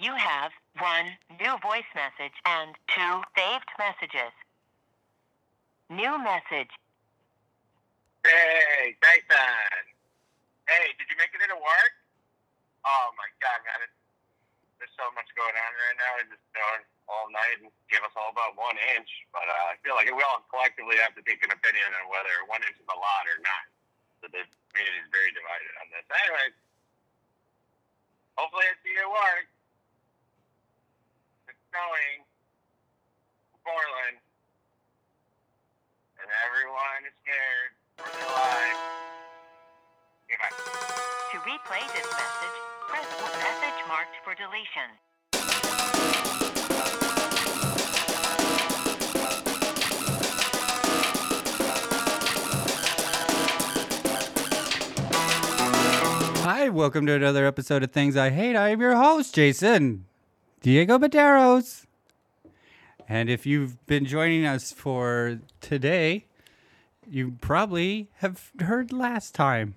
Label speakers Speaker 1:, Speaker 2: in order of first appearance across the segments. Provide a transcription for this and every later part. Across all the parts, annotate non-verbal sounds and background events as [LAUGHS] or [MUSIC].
Speaker 1: You have one new voice message and two saved messages. New message.
Speaker 2: Hey, Tyson. Hey, did you make it into work? Oh my god, man. It, there's so much going on right now. It's just snowing all night and gave us all about one inch. But uh, I feel like we all collectively have to take an opinion on whether one inch is a lot or not. So the community is very divided on this. Anyway, hopefully I see you at work. It's snowing. in Portland. And everyone is scared for their lives. Okay, bye.
Speaker 1: To replay this message, press message marked for deletion.
Speaker 3: Hi, welcome to another episode of Things I Hate. I am your host, Jason Diego Baderos. And if you've been joining us for today, you probably have heard last time.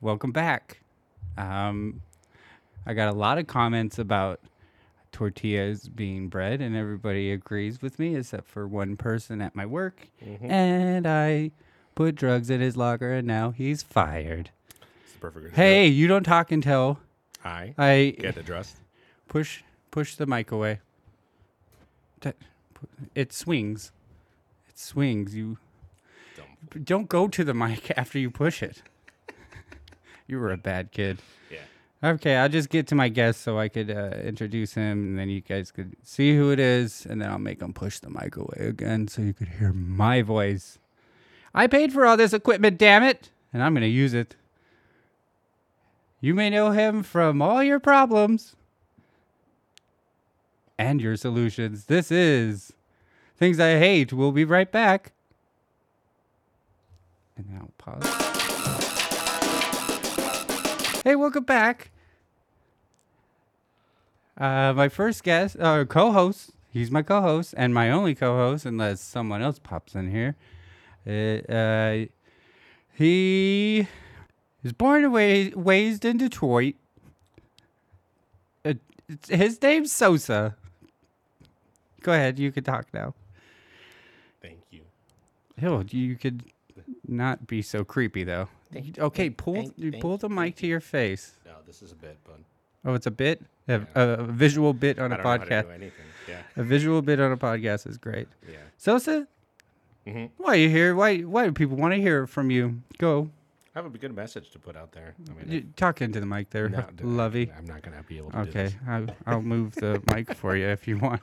Speaker 3: Welcome back. Um, I got a lot of comments about tortillas being bread, and everybody agrees with me except for one person at my work. And I put drugs in his locker, and now he's fired.
Speaker 4: It's the perfect.
Speaker 3: Hey, you don't talk and tell.
Speaker 4: I,
Speaker 3: I
Speaker 4: get addressed.
Speaker 3: push push the mic away. T- pu- It swings. It swings. You
Speaker 4: Dumb.
Speaker 3: p- don't go to the mic [LAUGHS] after you push it. you were a bad kid.
Speaker 4: [LAUGHS] Yeah.
Speaker 3: Okay, I'll just get to my guest so I could uh, introduce him, and then you guys could see who it is, and then I'll make him push the mic away again so you could hear my voice. I paid for all this equipment, damn it, and I'm gonna use it. You may know him from all your problems and your solutions. This is Things I Hate. We'll be right back. And now pause. Hey, welcome back. Uh, my first guest, uh, co-host. He's my co-host and my only co-host, unless someone else pops in here. Uh, uh, he is born and wa- raised in Detroit. Uh, it's- his name's Sosa. Go ahead, you can talk now.
Speaker 4: Thank you.
Speaker 3: Hill, you could not be so creepy though. okay, pull
Speaker 4: thank-
Speaker 3: you
Speaker 4: thank-
Speaker 3: pull the mic to your face.
Speaker 4: No, this is a bit, but
Speaker 3: Oh, it's a bit a, a, a visual bit on
Speaker 4: I
Speaker 3: a
Speaker 4: don't know how to do
Speaker 3: podcast.
Speaker 4: anything. Yeah,
Speaker 3: A visual bit on a podcast is great.
Speaker 4: yeah.
Speaker 3: Sosa,
Speaker 4: Mhm.
Speaker 3: why are you here? Why why do people want to hear from you? Go,
Speaker 4: I have a good message to put out there. I mean,
Speaker 3: you, talk into the mic there,
Speaker 4: not that-
Speaker 3: Lovey.
Speaker 4: I'm not gonna be able to. do
Speaker 3: Okay,
Speaker 4: this.
Speaker 3: I, I'll move the mic for you if you want.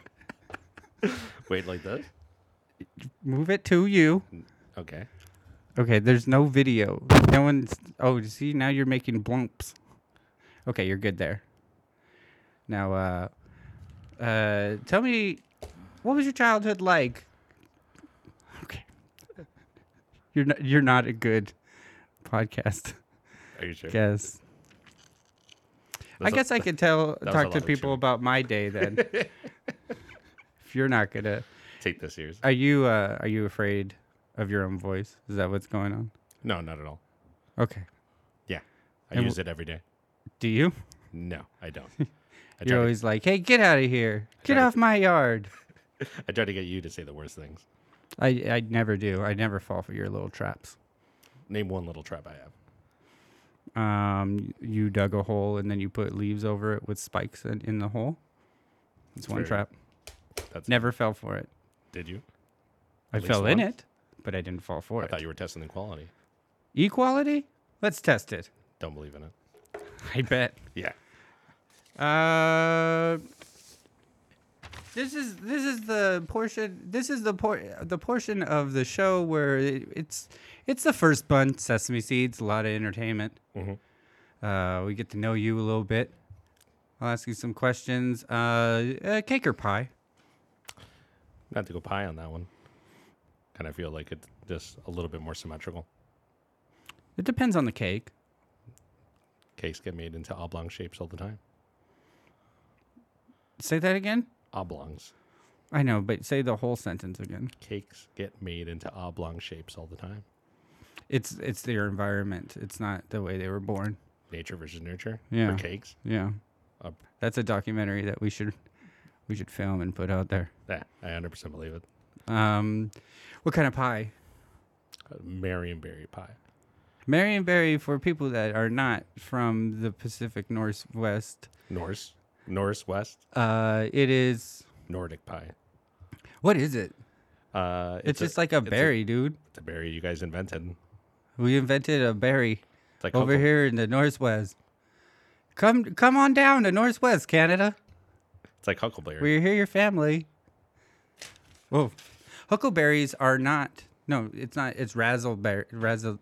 Speaker 4: [LAUGHS] Wait, like this?
Speaker 3: Move it to you.
Speaker 4: Okay.
Speaker 3: Okay, there's no video. No one's. Oh, see, now you're making blumps. Okay, you're good there. Now, uh, uh, tell me, what was your childhood like? Okay, you're not. You're not a good podcast
Speaker 4: Are you sure?
Speaker 3: guess. I
Speaker 4: That's a-
Speaker 3: guess I could tell
Speaker 4: was a
Speaker 3: talk
Speaker 4: lot
Speaker 3: to
Speaker 4: of
Speaker 3: people
Speaker 4: chewing.
Speaker 3: about my day
Speaker 4: [LAUGHS]
Speaker 3: then. if you're not gonna,
Speaker 4: Take this serious.
Speaker 3: are you? Uh, are you afraid of your own voice? Is that what's going on?
Speaker 4: No, not at all.
Speaker 3: Okay.
Speaker 4: Yeah, I
Speaker 3: And
Speaker 4: use it every day.
Speaker 3: Do you?
Speaker 4: No,
Speaker 3: [LAUGHS]
Speaker 4: I don't. I try,
Speaker 3: You're
Speaker 4: to,
Speaker 3: always like, "Hey, get out of here! Get
Speaker 4: tried
Speaker 3: off my yard!"
Speaker 4: I try to get you to say the worst things.
Speaker 3: I I never do. I never fall for your little traps.
Speaker 4: Name one little trap I have.
Speaker 3: Um, you dug a hole and then you put leaves over it with spikes in, in the hole. It's one
Speaker 4: very-
Speaker 3: trap.
Speaker 4: That's
Speaker 3: Never fell for it.
Speaker 4: Did you?
Speaker 3: I
Speaker 4: least
Speaker 3: fell in
Speaker 4: once.
Speaker 3: it, but I didn't fall for
Speaker 4: I
Speaker 3: it.
Speaker 4: thought you were testing the quality.
Speaker 3: Equality? Let's test it. [LAUGHS]
Speaker 4: Don't believe in it.
Speaker 3: I bet.
Speaker 4: Yeah.
Speaker 3: Uh, this is this is the portion. This is the por- the portion of the show where it, it's it's the first bun sesame seeds. A lot of entertainment. Uh, we get to know you a little bit. I'll ask you some questions. Uh, uh cake or pie?
Speaker 4: Not to go pie on that one. Kind of feel like it's just a little bit more symmetrical.
Speaker 3: It depends on the cake.
Speaker 4: Cakes get made into oblong shapes all the time.
Speaker 3: Say that again.
Speaker 4: Oblongs.
Speaker 3: I know, but say the whole sentence again.
Speaker 4: Cakes get made into oblong shapes all the time.
Speaker 3: It's it's their environment. It's not the way they were born.
Speaker 4: Nature versus nurture
Speaker 3: Yeah.
Speaker 4: for cakes.
Speaker 3: Yeah.
Speaker 4: up
Speaker 3: That's a documentary that we should we should film and put out there.
Speaker 4: that. I 100% believe it.
Speaker 3: Um, what kind of pie?
Speaker 4: Uh, Marion berry pie.
Speaker 3: Marionberry for people that are not from the Pacific Northwest.
Speaker 4: Norse, Norse West,
Speaker 3: Uh, it is
Speaker 4: Nordic pie.
Speaker 3: what is it?
Speaker 4: Uh,
Speaker 3: It's, just like a
Speaker 4: it's
Speaker 3: berry, dude.
Speaker 4: It's a berry you guys invented.
Speaker 3: We invented a berry
Speaker 4: It's like
Speaker 3: over
Speaker 4: Uncle-
Speaker 3: here in the Northwest. Come, come on down to Northwest Canada.
Speaker 4: It's like huckleberry.
Speaker 3: We're here, your family. Whoa, huckleberries are not. No, it's not. It's razzleberry. Razzle.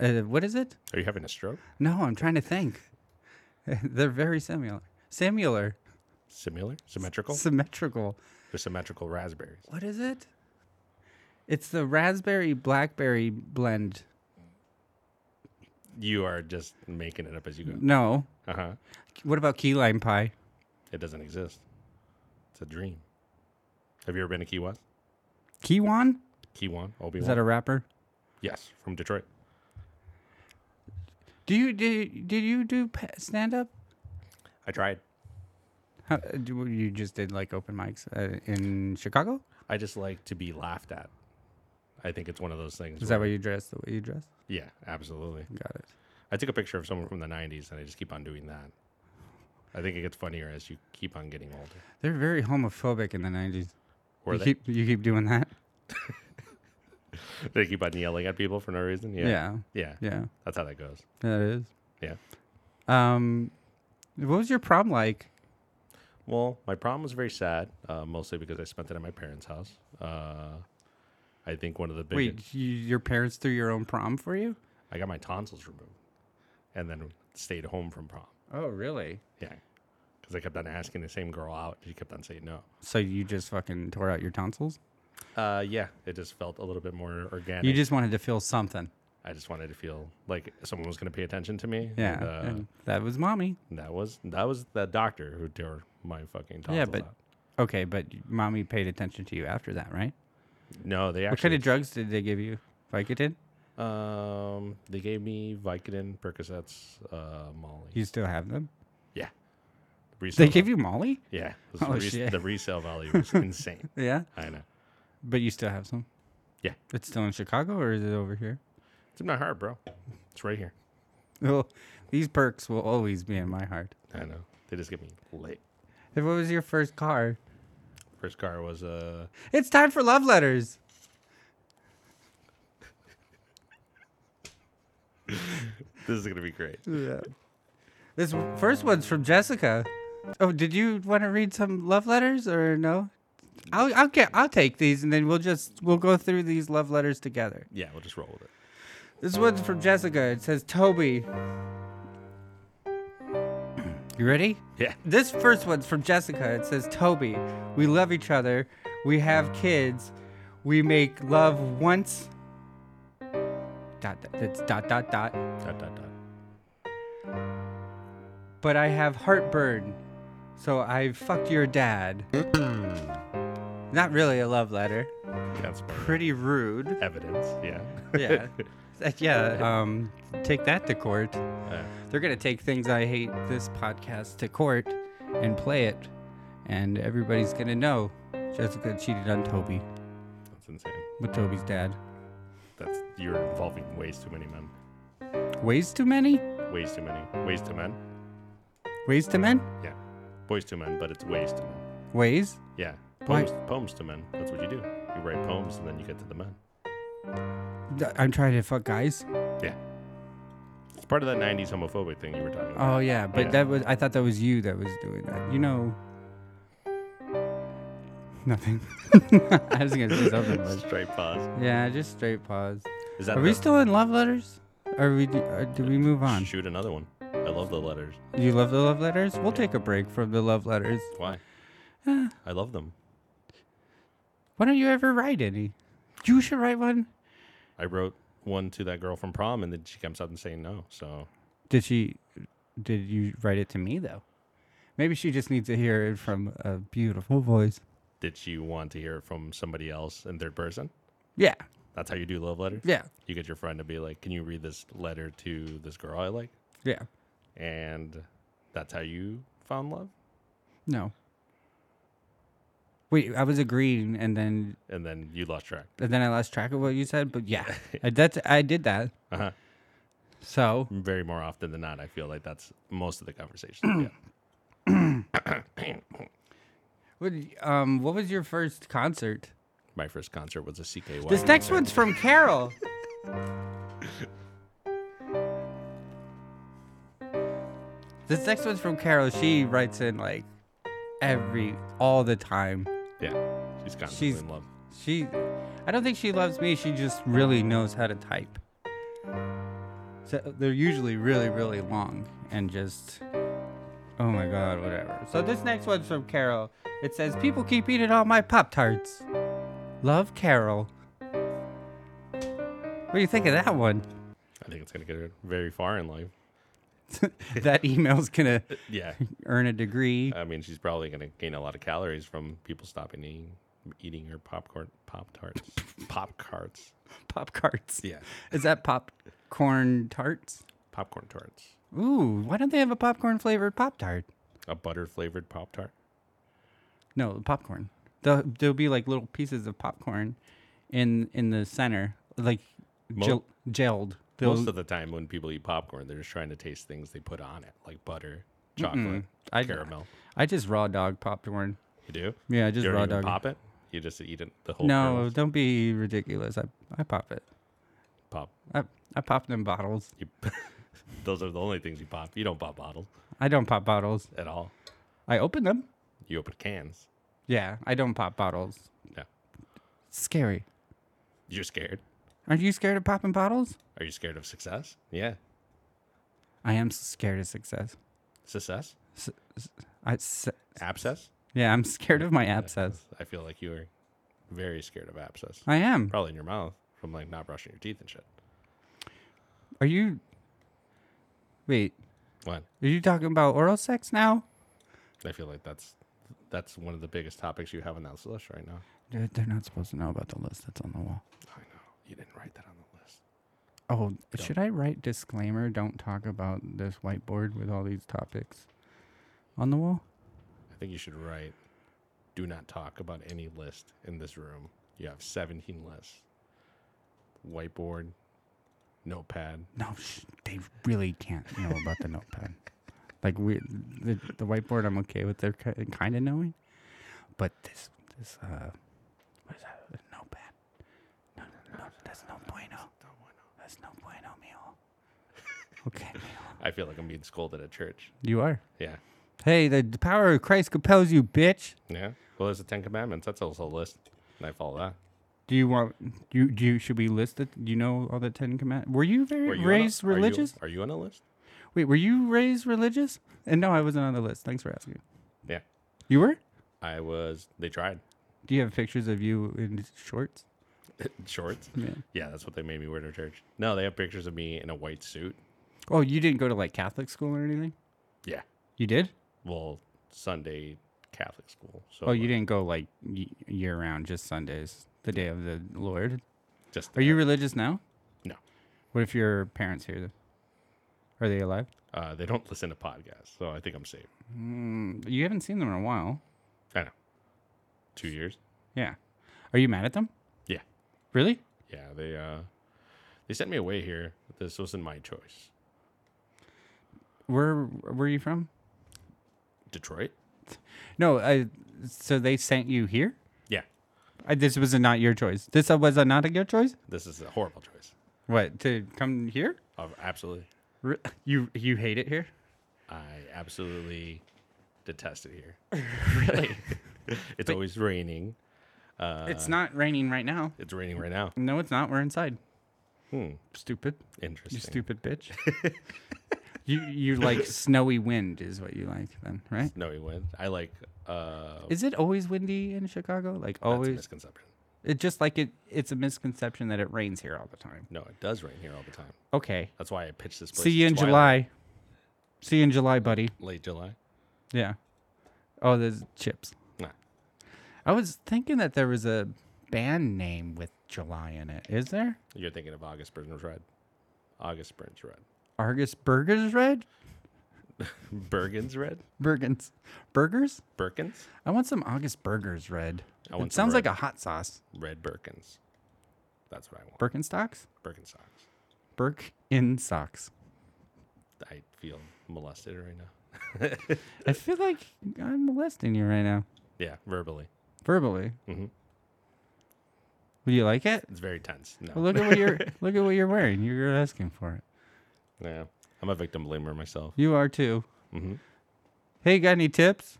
Speaker 3: Uh, what is it?
Speaker 4: Are you having a stroke?
Speaker 3: No, I'm trying to think. [LAUGHS] They're very similar. Similar.
Speaker 4: Similar, symmetrical.
Speaker 3: Symmetrical.
Speaker 4: They're symmetrical raspberries.
Speaker 3: What is it? It's the raspberry blackberry blend.
Speaker 4: You are just making it up as you go.
Speaker 3: No.
Speaker 4: Uh huh.
Speaker 3: What about key lime pie?
Speaker 4: It doesn't exist. It's a dream. Have you ever been to Key West?
Speaker 3: Kiwan?
Speaker 4: Key One, Obi
Speaker 3: Is that
Speaker 4: Wan.
Speaker 3: a rapper?
Speaker 4: yes, from Detroit.
Speaker 3: Do you do? Did you do stand up?
Speaker 4: I tried.
Speaker 3: You just did like open mics uh, in Chicago.
Speaker 4: I just like to be laughed at. I think it's one of those things.
Speaker 3: Is that
Speaker 4: where-
Speaker 3: why you dress the way you dress?
Speaker 4: Yeah, absolutely.
Speaker 3: Got it.
Speaker 4: I took a picture of someone from the '90s, and I just keep on doing that. I think it gets funnier as you keep on getting older.
Speaker 3: They're very homophobic in the nineties.
Speaker 4: Were
Speaker 3: you
Speaker 4: they?
Speaker 3: keep you keep doing that.
Speaker 4: [LAUGHS] They keep on yelling at people for no reason. Yeah.
Speaker 3: Yeah.
Speaker 4: Yeah.
Speaker 3: Yeah,
Speaker 4: That's how that goes.
Speaker 3: that is.
Speaker 4: Yeah.
Speaker 3: Um, what was your prom like?
Speaker 4: Well, my prom was very sad, uh, mostly because I spent it at my parents' house. Uh, I think one of the big.
Speaker 3: Wait, you, your parents threw your own prom for you?
Speaker 4: I got my tonsils removed, and then stayed home from prom.
Speaker 3: Oh, really?
Speaker 4: Yeah, because I kept on asking the same girl out. She kept on saying no.
Speaker 3: So you just fucking tore out your tonsils?
Speaker 4: Uh, yeah, it just felt a little bit more organic.
Speaker 3: You just wanted to feel something.
Speaker 4: I just wanted to feel like someone was going to pay attention to me.
Speaker 3: Yeah.
Speaker 4: and, uh,
Speaker 3: and that was mommy.
Speaker 4: that was that was the doctor who tore my fucking tonsils
Speaker 3: Yeah, but
Speaker 4: out.
Speaker 3: okay, but mommy paid attention to you after that, right?
Speaker 4: No, they
Speaker 3: What kind
Speaker 4: actually
Speaker 3: of drugs did they give you? Vicodin?
Speaker 4: um they gave me Vicodin, Percocets, uh, Molly.
Speaker 3: You still have them?
Speaker 4: yeah,
Speaker 3: They
Speaker 4: resale
Speaker 3: gave
Speaker 4: val-
Speaker 3: you Molly?
Speaker 4: yeah. this
Speaker 3: [LAUGHS] Oh,
Speaker 4: res-
Speaker 3: shit.
Speaker 4: The resale value was insane.
Speaker 3: Yeah.
Speaker 4: I know.
Speaker 3: But you still have some?
Speaker 4: Yeah.
Speaker 3: It's still in Chicago or is it over here?
Speaker 4: It's in my heart, bro. It's right here.
Speaker 3: Well, these perks will always be in my heart.
Speaker 4: I know. They just get me late.
Speaker 3: And what was your first car?
Speaker 4: First car was uh
Speaker 3: It's time for love letters.
Speaker 4: this is gonna be great.
Speaker 3: Yeah. This w- first one's from Jessica. Oh, did you want to read some love letters or no? I'll I'll get I'll take these and then we'll just we'll go through these love letters together.
Speaker 4: Yeah, we'll just roll with it.
Speaker 3: This one's from Jessica. It says Toby. You ready?
Speaker 4: Yeah.
Speaker 3: This first one's from Jessica. It says Toby, we love each other. We have kids. We make love once. Dot. dot- It's dot dot dot.
Speaker 4: Dot dot dot.
Speaker 3: but I have heartburn, so I fucked your dad. Not really a love letter.
Speaker 4: That's part of it.
Speaker 3: Pretty rude.
Speaker 4: evidence. Yeah. [LAUGHS]
Speaker 3: Yeah. yeah. Um, take that to court.
Speaker 4: Uh,
Speaker 3: They're gonna take things I hate this podcast to court and play it, and everybody's gonna know Jessica cheated on Toby
Speaker 4: that's insane.
Speaker 3: with Toby's dad.
Speaker 4: That's you're involving ways too many men.
Speaker 3: Ways too many.
Speaker 4: Ways too many. Ways to men.
Speaker 3: Ways to men.
Speaker 4: Yeah. Boys to men, but it's ways to men.
Speaker 3: Ways.
Speaker 4: Yeah.
Speaker 3: Why-
Speaker 4: Poems poems to men. That's what you do. You write poems and then you get to the men.
Speaker 3: Th- I'm trying to fuck guys.
Speaker 4: Yeah. It's part of that nineties homophobic thing you were talking about.
Speaker 3: Oh yeah, but
Speaker 4: Yeah.
Speaker 3: that was I thought that was you that was doing that. You know Nothing. [LAUGHS] I was gonna say something
Speaker 4: [LAUGHS]
Speaker 3: but
Speaker 4: Straight pause.
Speaker 3: Yeah, just straight pause.
Speaker 4: Is that
Speaker 3: Oh. Are we
Speaker 4: the-
Speaker 3: still in love letters? Are we or do we move on?
Speaker 4: shoot another one? I love the letters.
Speaker 3: You love the love letters? We'll take a break from the love letters.
Speaker 4: Why?
Speaker 3: Eh.
Speaker 4: I love them.
Speaker 3: Why don't you ever write any? You should write one.
Speaker 4: I wrote one to that girl from prom, and then she comes up and saying no. So
Speaker 3: Did she did you write it to me though? Maybe she just needs to hear it from a beautiful voice.
Speaker 4: did she want to hear it from somebody else in third person?
Speaker 3: Yeah.
Speaker 4: That's how you do love letters.
Speaker 3: Yeah.
Speaker 4: You get your friend to be like, "Can you read this letter to this girl I like?"
Speaker 3: Yeah.
Speaker 4: And That's how you found love,
Speaker 3: No. Wait, I was agreeing, and then
Speaker 4: and then you lost track.
Speaker 3: and then I lost track of what you said. But yeah, I, that's I did that.
Speaker 4: Uh-huh.
Speaker 3: So
Speaker 4: Very more often than not, I feel like that's most of
Speaker 3: [CLEARS THROAT]
Speaker 4: the conversation. yeah.
Speaker 3: what? Um, what was your first concert?
Speaker 4: My first concert was a CKY.
Speaker 3: This next one's from Carol. this next one's from Carol. She writes in like every all the time.
Speaker 4: yeah, she's constantly
Speaker 3: She's-
Speaker 4: in love.
Speaker 3: She, I don't think she loves me. She just really knows how to type. So they're usually really, really long and just, oh my god, whatever. So this next one's from Carol. It says, "People keep eating all my pop tarts. Love Carol." What do you think of that one? [LAUGHS]
Speaker 4: I think it's gonna get her very far in life.
Speaker 3: that email's gonna
Speaker 4: Yeah,
Speaker 3: [LAUGHS] earn a degree.
Speaker 4: I mean, she's probably gonna gain a lot of calories from people stopping eating, eating her popcorn, pop
Speaker 3: [LAUGHS]
Speaker 4: tarts, pop carts.
Speaker 3: Pop tarts.
Speaker 4: Yeah,
Speaker 3: Is that popcorn tarts?
Speaker 4: popcorn tarts,
Speaker 3: Ooh, why don't they have a popcorn flavored pop tart?
Speaker 4: a butter flavored pop tart.
Speaker 3: No, popcorn. There'll, there'll be like little pieces of popcorn in in the center, like
Speaker 4: Mo-
Speaker 3: gel- gelled. They'll-
Speaker 4: Most of the time, when people eat popcorn, they're just trying to taste things they put on it, like butter, chocolate,
Speaker 3: I-
Speaker 4: caramel.
Speaker 3: I just raw dog popcorn.
Speaker 4: You do?
Speaker 3: Yeah, I just
Speaker 4: you don't
Speaker 3: raw
Speaker 4: even
Speaker 3: dog.
Speaker 4: pop it. You just eat it the whole.
Speaker 3: no,
Speaker 4: kernel?
Speaker 3: don't be ridiculous. I I pop it.
Speaker 4: pop.
Speaker 3: I I pop them bottles.
Speaker 4: You, [LAUGHS] those are the only things you pop. You don't pop bottles
Speaker 3: I don't pop bottles.
Speaker 4: at all.
Speaker 3: I open them.
Speaker 4: You open cans.
Speaker 3: Yeah, I don't pop bottles.
Speaker 4: No,
Speaker 3: scary.
Speaker 4: you're scared.
Speaker 3: Aren't you scared of popping bottles?
Speaker 4: Are you scared of success? Yeah,
Speaker 3: I am scared of success.
Speaker 4: success.
Speaker 3: I s-
Speaker 4: Abscess.
Speaker 3: yeah, I'm scared of my abscess.
Speaker 4: I feel like you were very scared of abscess.
Speaker 3: I am.
Speaker 4: Probably in your mouth from like not brushing your teeth and shit.
Speaker 3: Are you? Wait,
Speaker 4: What?
Speaker 3: are you talking about oral sex now?
Speaker 4: I feel like that's that's one of the biggest topics you have on that list right now.
Speaker 3: They're, they're not supposed to know about the list that's on the wall.
Speaker 4: I know. You didn't write that on the list.
Speaker 3: Oh, should I write disclaimer? Don't talk about this whiteboard with all these topics on the wall.
Speaker 4: I think you should write do not talk about any list in this room. You have 17 lists. Whiteboard, notepad.
Speaker 3: No, sh- they really can't know about the notepad. Like we, the, the whiteboard, I'm okay with. They're kind of knowing, but this, this, uh, what is that? The notepad. No, no, no, that's no bueno. That's no bueno, mijo. Okay, mijo.
Speaker 4: I feel like I'm being scolded at church.
Speaker 3: You are.
Speaker 4: Yeah.
Speaker 3: Hey, the, the power of Christ compels you, bitch.
Speaker 4: Yeah. Well, there's the Ten Commandments. That's also a list. And I follow that.
Speaker 3: Do you want? Do you, do you should we list it? Do you know all the Ten Commandments? Were you very
Speaker 4: Were you on a-
Speaker 3: raised
Speaker 4: are you-
Speaker 3: religious?
Speaker 4: Are you on a list?
Speaker 3: Wait, were you raised religious? And no, I wasn't on the list. Thanks for asking.
Speaker 4: Yeah.
Speaker 3: You were?
Speaker 4: I was, they tried.
Speaker 3: Do you have pictures of you in shorts?
Speaker 4: Shorts.
Speaker 3: Yeah.
Speaker 4: Yeah, that's what they made me wear to church. No, they have pictures of me in a white suit.
Speaker 3: Oh, you didn't go to like Catholic school or anything?
Speaker 4: Yeah.
Speaker 3: You did?
Speaker 4: Well, Sunday Catholic school. So
Speaker 3: Oh, you didn't go like y- year round, just Sundays, the day of the Lord.
Speaker 4: Just
Speaker 3: Are you religious now?
Speaker 4: No.
Speaker 3: What if your parents hear this? Are they alive?
Speaker 4: Uh, they don't listen to podcasts, so I think I'm safe.
Speaker 3: Mm, You haven't seen them in a while.
Speaker 4: I know. Two years.
Speaker 3: Yeah. Are you mad at them?
Speaker 4: Yeah.
Speaker 3: Really?
Speaker 4: Yeah. They uh, they sent me away here. This wasn't my choice.
Speaker 3: Where Where are you from?
Speaker 4: Detroit.
Speaker 3: No, I. So they sent you here.
Speaker 4: Yeah.
Speaker 3: I, this was not your choice. This was not your choice.
Speaker 4: This is a horrible choice.
Speaker 3: What to come here?
Speaker 4: Uh, absolutely.
Speaker 3: Re- You you hate it here?
Speaker 4: I absolutely detest it here. [LAUGHS]
Speaker 3: [LAUGHS]
Speaker 4: really? it's always raining. Uh.
Speaker 3: it's not raining right now.
Speaker 4: It's raining right now.
Speaker 3: No, it's not. We're inside.
Speaker 4: Hmm.
Speaker 3: Stupid.
Speaker 4: Interesting.
Speaker 3: You stupid bitch.
Speaker 4: [LAUGHS]
Speaker 3: you you like snowy wind is what you like then, right?
Speaker 4: Snowy wind. I like. Uh,
Speaker 3: Is it always windy in Chicago? Like
Speaker 4: that's a
Speaker 3: always?
Speaker 4: misconception.
Speaker 3: It just like it. It's a misconception that it rains here all the time.
Speaker 4: No, it does rain here all the time.
Speaker 3: Okay.
Speaker 4: That's why I pitched this place.
Speaker 3: See
Speaker 4: as
Speaker 3: you in
Speaker 4: Twilight.
Speaker 3: July. See you in July, buddy.
Speaker 4: Late July.
Speaker 3: Yeah. Oh, there's chips.
Speaker 4: Nah.
Speaker 3: I was thinking that there was a band name with July in it. Is there?
Speaker 4: You're thinking of August Burns Red. August Burns Red.
Speaker 3: Argus Burgers Red?
Speaker 4: Bergens red?
Speaker 3: Burgers. Burgers?
Speaker 4: Birkins?
Speaker 3: I want some August burgers red.
Speaker 4: I want
Speaker 3: it
Speaker 4: some
Speaker 3: sounds like
Speaker 4: red.
Speaker 3: a hot sauce.
Speaker 4: Red Birkins. That's what I want.
Speaker 3: Birkenstocks?
Speaker 4: Birkenstocks.
Speaker 3: Burke in socks.
Speaker 4: I feel molested right now.
Speaker 3: I feel like I'm molesting you right now,
Speaker 4: Yeah, verbally.
Speaker 3: verbally.
Speaker 4: Mhm.
Speaker 3: Would you like it?
Speaker 4: It's very tense. No.
Speaker 3: Well, look at what
Speaker 4: [LAUGHS]
Speaker 3: you're look at what you're wearing. You're asking for it.
Speaker 4: yeah. I'm a victim blamer myself.
Speaker 3: You are too.
Speaker 4: Mhm.
Speaker 3: Hey, got any tips?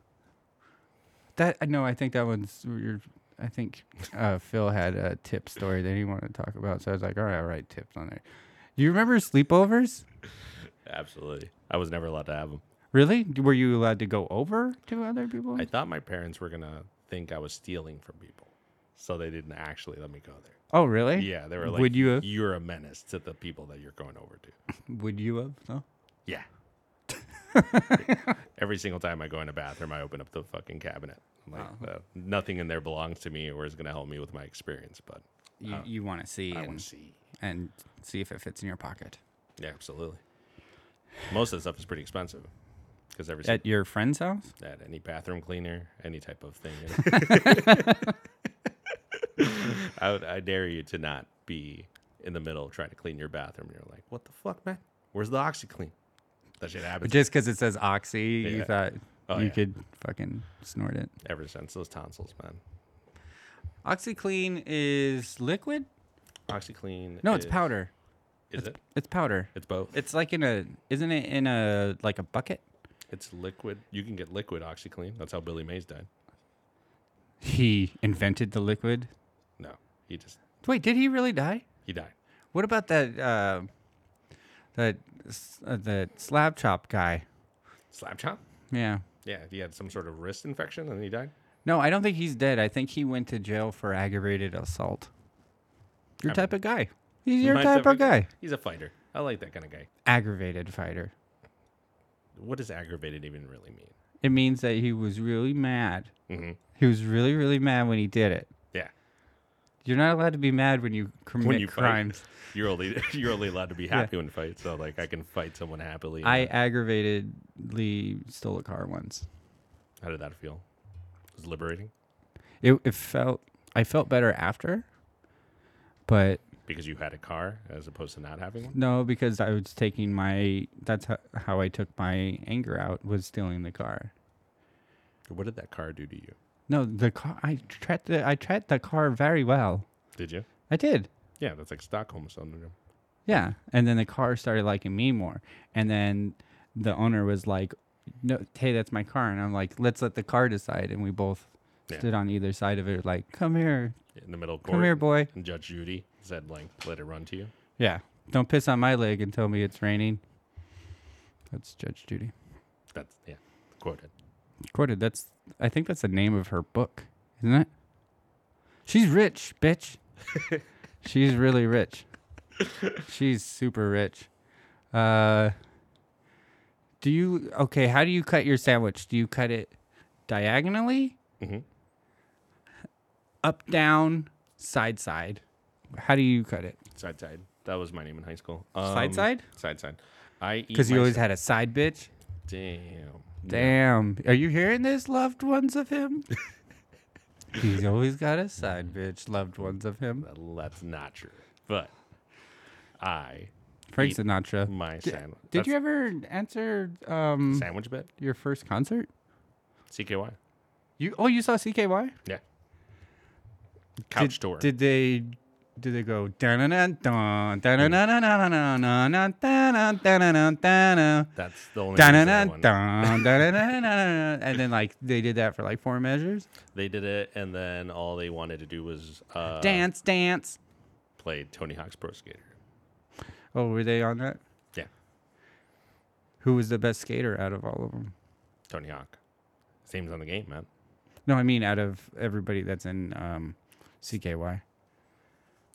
Speaker 3: That I know. I think that one's. Your, I think uh, Phil had a tip story that he wanted to talk about. So I was like, all right, I'll write tips on there. Do you remember sleepovers?
Speaker 4: Absolutely. I was never allowed to have them.
Speaker 3: Really? Were you allowed to go over to other people?
Speaker 4: I thought my parents were gonna think I was stealing from people, so they didn't actually let me go there.
Speaker 3: oh, really?
Speaker 4: Yeah, they were like,
Speaker 3: Would you have?
Speaker 4: You're a menace to the people that you're going over to."
Speaker 3: Would you have? No. [LAUGHS]
Speaker 4: Yeah. Every single time I go in a bathroom, I open up the fucking cabinet. I'm
Speaker 3: Oh.
Speaker 4: like, uh, nothing in there belongs to me or is gonna help me with my experience, but
Speaker 3: You, you want to see
Speaker 4: Uh, I
Speaker 3: and
Speaker 4: want to see.
Speaker 3: and see if it fits in your pocket
Speaker 4: Yeah, absolutely. Most of the stuff is pretty expensive because every
Speaker 3: at your friend's house.
Speaker 4: that any bathroom cleaner, any type of thing.
Speaker 3: [LAUGHS]
Speaker 4: I, would, I dare you to not be in the middle trying to clean your bathroom. And you're like, what the fuck, man? Where's the OxyClean? That shit
Speaker 3: But
Speaker 4: happens
Speaker 3: just because it says oxy, you
Speaker 4: Yeah.
Speaker 3: thought
Speaker 4: Oh,
Speaker 3: you
Speaker 4: yeah.
Speaker 3: could fucking snort it.
Speaker 4: ever since those tonsils, man.
Speaker 3: OxyClean is liquid?
Speaker 4: OxyClean.
Speaker 3: No, it's
Speaker 4: is-
Speaker 3: powder.
Speaker 4: Is it?
Speaker 3: It's powder.
Speaker 4: It's both.
Speaker 3: It's like in a isn't it in a like a bucket?
Speaker 4: It's liquid. You can get liquid OxyClean. That's how Billy Mays died.
Speaker 3: He invented the liquid.
Speaker 4: No, he just
Speaker 3: Wait, did he really die?
Speaker 4: he died.
Speaker 3: What about that uh, that s- uh, that slab chop guy?
Speaker 4: Slap chop.
Speaker 3: Yeah.
Speaker 4: Yeah, he had some sort of wrist infection and he died.
Speaker 3: No, I don't think he's dead. I think he went to jail for aggravated assault. Your
Speaker 4: I
Speaker 3: type of guy. He's your
Speaker 4: My
Speaker 3: type of guy.
Speaker 4: He's a fighter. I like that kind of guy.
Speaker 3: Aggravated fighter.
Speaker 4: What does aggravated even really mean?
Speaker 3: It means that he was really mad.
Speaker 4: Mm-hmm.
Speaker 3: He was really, really mad when he did it.
Speaker 4: Yeah.
Speaker 3: You're not allowed to be mad when you commit
Speaker 4: When you fight.
Speaker 3: crimes.
Speaker 4: [LAUGHS] You're only you're only allowed to be happy when fight. So like I can fight someone happily.
Speaker 3: I aggravatedly stole a car once.
Speaker 4: how did that feel? It was liberating
Speaker 3: It, it felt I felt better after, but
Speaker 4: because you had a car as opposed to not having one.
Speaker 3: no, because I was taking my that's how, how I took my anger out was stealing the car.
Speaker 4: What did that car do to you?
Speaker 3: No, the car I tread the I tread the car very well.
Speaker 4: Did you?
Speaker 3: I did.
Speaker 4: Yeah, that's like Stockholm syndrome.
Speaker 3: Yeah, and then the car started liking me more, and then the owner was like, "No, hey, that's my car," and I'm like, "Let's let the car decide." And we both
Speaker 4: Yeah.
Speaker 3: stood on either side of it, like, "Come here,
Speaker 4: In the middle of court.
Speaker 3: come here, boy."
Speaker 4: And Judge Judy said like, "Let it run to you."
Speaker 3: Yeah. Don't piss on my leg and tell me it's raining. That's Judge Judy.
Speaker 4: That's yeah, quoted.
Speaker 3: Quoted. That's I think that's the name of her book, isn't it? She's rich,
Speaker 4: [LAUGHS]
Speaker 3: bitch. She's really rich. She's super rich. Uh do you okay, how do you cut your sandwich? Do you cut it diagonally?
Speaker 4: Mhm.
Speaker 3: Up, down, side, side. How do you cut it?
Speaker 4: Side side. That was my name in high school.
Speaker 3: Side
Speaker 4: Um,
Speaker 3: side?
Speaker 4: Side side. I eat
Speaker 3: Because you always
Speaker 4: myself-
Speaker 3: had a side bitch?
Speaker 4: damn.
Speaker 3: Damn. Are you hearing this, loved ones of him? He's always got a side bitch, loved ones of him.
Speaker 4: That's not true. But I
Speaker 3: Frank Sinatra.
Speaker 4: my sandwich.
Speaker 3: Did you ever answer um,
Speaker 4: sandwich bit?
Speaker 3: your first concert?
Speaker 4: CKY.
Speaker 3: You oh you saw CKY?
Speaker 4: Yeah. Couch
Speaker 3: did,
Speaker 4: tour.
Speaker 3: Did they did they go dun dun dun dun dun dun dun dun dun dun dun dun
Speaker 4: That's the only reason I
Speaker 3: Dun-dun-dun,
Speaker 4: won.
Speaker 3: dun, dun-dun-dun-dun-dun. and then like they did that for like four measures.
Speaker 4: They did it, and then all they wanted to do was uh,
Speaker 3: Dance, dance.
Speaker 4: play Tony Hawk's Pro Skater.
Speaker 3: Oh, were they on that?
Speaker 4: Yeah,
Speaker 3: Who was the best skater out of all of them?
Speaker 4: Tony Hawk. His name's on the game, man.
Speaker 3: No, I mean out of everybody that's in um, CKY.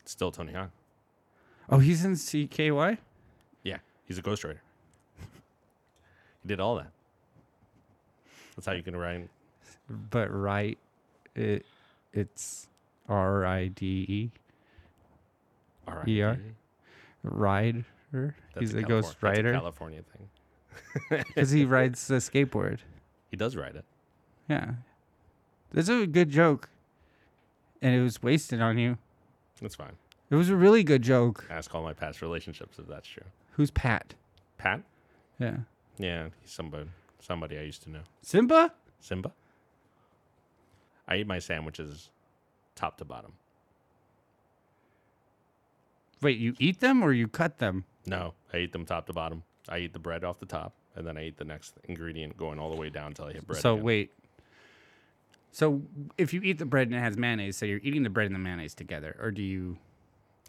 Speaker 4: It's still Tony Hawk.
Speaker 3: Oh, he's in CKY.
Speaker 4: Yeah, he's a ghostwriter. [LAUGHS] he did all that. That's how you can write.
Speaker 3: But right, it it's R I D
Speaker 4: All right.
Speaker 3: ER? E. Rider.
Speaker 4: That's
Speaker 3: He's a
Speaker 4: Californ-
Speaker 3: ghost
Speaker 4: that's a
Speaker 3: writer.
Speaker 4: California thing.
Speaker 3: because he rides the skateboard.
Speaker 4: He does ride it.
Speaker 3: Yeah, this is a good joke, and it was wasted on you.
Speaker 4: That's fine.
Speaker 3: It was a really good joke.
Speaker 4: Ask all my past relationships if that's true.
Speaker 3: Who's Pat?
Speaker 4: Pat?
Speaker 3: Yeah,
Speaker 4: Yeah, he's somebody somebody I used to know.
Speaker 3: Simba.
Speaker 4: Simba? I eat my sandwiches top to bottom.
Speaker 3: Wait, you eat them or you cut them?
Speaker 4: No, I eat them top to bottom. I eat the bread off the top, and then I eat the next ingredient going all the way down until I hit bread.
Speaker 3: so
Speaker 4: again.
Speaker 3: wait. So if you eat the bread and it has mayonnaise, so you're eating the bread and the mayonnaise together, or do you?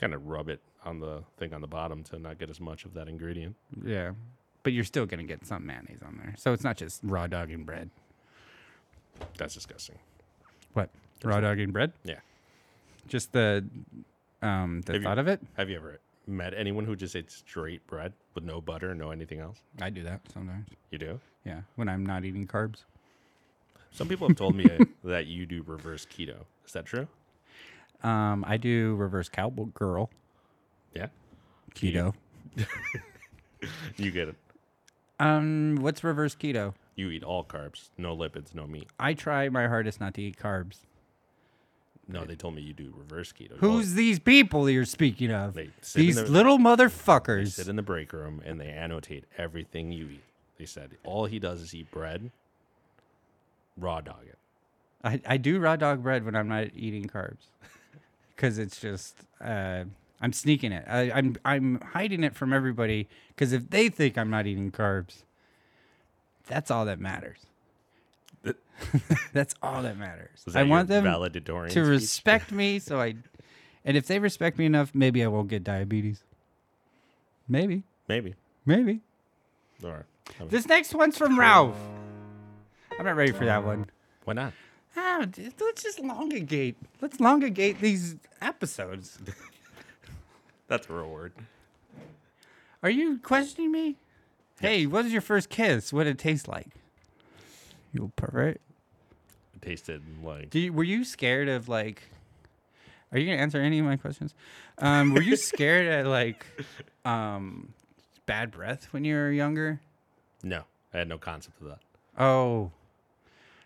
Speaker 4: kind of rub it on the thing on the bottom to not get as much of that ingredient.
Speaker 3: Yeah, but you're still gonna get some mayonnaise on there, so it's not just raw dog and bread.
Speaker 4: That's disgusting.
Speaker 3: What raw dog and bread?
Speaker 4: Yeah.
Speaker 3: Just the um the
Speaker 4: Have you-
Speaker 3: thought of it.
Speaker 4: Have you ever met anyone who just ate straight bread with no butter, no anything else?
Speaker 3: I do that sometimes.
Speaker 4: You do?
Speaker 3: Yeah, when I'm not eating carbs.
Speaker 4: Some people have
Speaker 3: [LAUGHS]
Speaker 4: told me uh, that you do reverse keto. Is that true?
Speaker 3: Um, I do reverse cowgirl
Speaker 4: Yeah.
Speaker 3: keto.
Speaker 4: You get it.
Speaker 3: Um, what's reverse keto?
Speaker 4: You eat all carbs, no lipids, no meat.
Speaker 3: I try my hardest not to eat carbs.
Speaker 4: No, they told me you do reverse keto. You
Speaker 3: Who's these people you're speaking of?
Speaker 4: They sit in
Speaker 3: These
Speaker 4: the-
Speaker 3: little
Speaker 4: all- you
Speaker 3: motherfuckers.
Speaker 4: sit in the break room and they annotate everything you eat. They said all he does is eat bread, raw dog it.
Speaker 3: I, I do raw dog bread when I'm not eating carbs [LAUGHS] because it's just uh, I'm sneaking it. I, I'm I'm hiding it from everybody because if they think I'm not eating carbs, that's all that matters. [LAUGHS] that's all that matters.
Speaker 4: Is
Speaker 3: I
Speaker 4: that your
Speaker 3: want them
Speaker 4: valedictorian
Speaker 3: to
Speaker 4: speech?
Speaker 3: respect
Speaker 4: [LAUGHS]
Speaker 3: me, so I. And if they respect me enough, maybe I won't get diabetes. Maybe,
Speaker 4: Maybe.
Speaker 3: maybe.
Speaker 4: Or I mean,
Speaker 3: This next one's from Ralph. I'm not ready for that one.
Speaker 4: why not?
Speaker 3: Ah, d- let's just longigate. Let's longigate these episodes.
Speaker 4: That's a real word.
Speaker 3: Are you questioning me? Hey, what was your first kiss? What did it taste like? You pervert.
Speaker 4: It tasted like
Speaker 3: Do you, were you scared of like? Are you gonna answer any of my questions? Um, were you [LAUGHS] scared at like, um, bad breath when you were younger?
Speaker 4: no. I had no concept of that.
Speaker 3: Oh,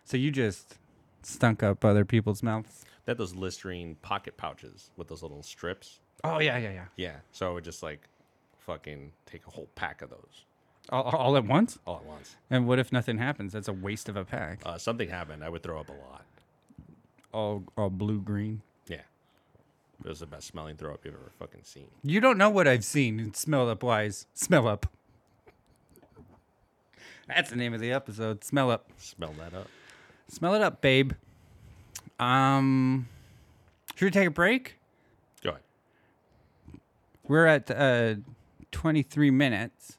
Speaker 3: so you just stunk up other people's mouths?
Speaker 4: They had those Listerine pocket pouches with those little strips.
Speaker 3: Oh yeah, yeah, yeah.
Speaker 4: Yeah. So I would just like fucking take a whole pack of those
Speaker 3: All, all at once?
Speaker 4: all at once.
Speaker 3: And what if nothing happens? That's a waste of a pack.
Speaker 4: Uh, something happened. I would throw up a lot.
Speaker 3: all all blue green.
Speaker 4: Yeah. It was the best smelling throw up you've ever fucking seen.
Speaker 3: You don't know what I've seen in Smell Up Wise. Smell Up. That's the name of the episode. Smell Up.
Speaker 4: Smell that up.
Speaker 3: Smell it up, babe. Um, should we take a break?
Speaker 4: Go ahead.
Speaker 3: We're at uh, 23 minutes.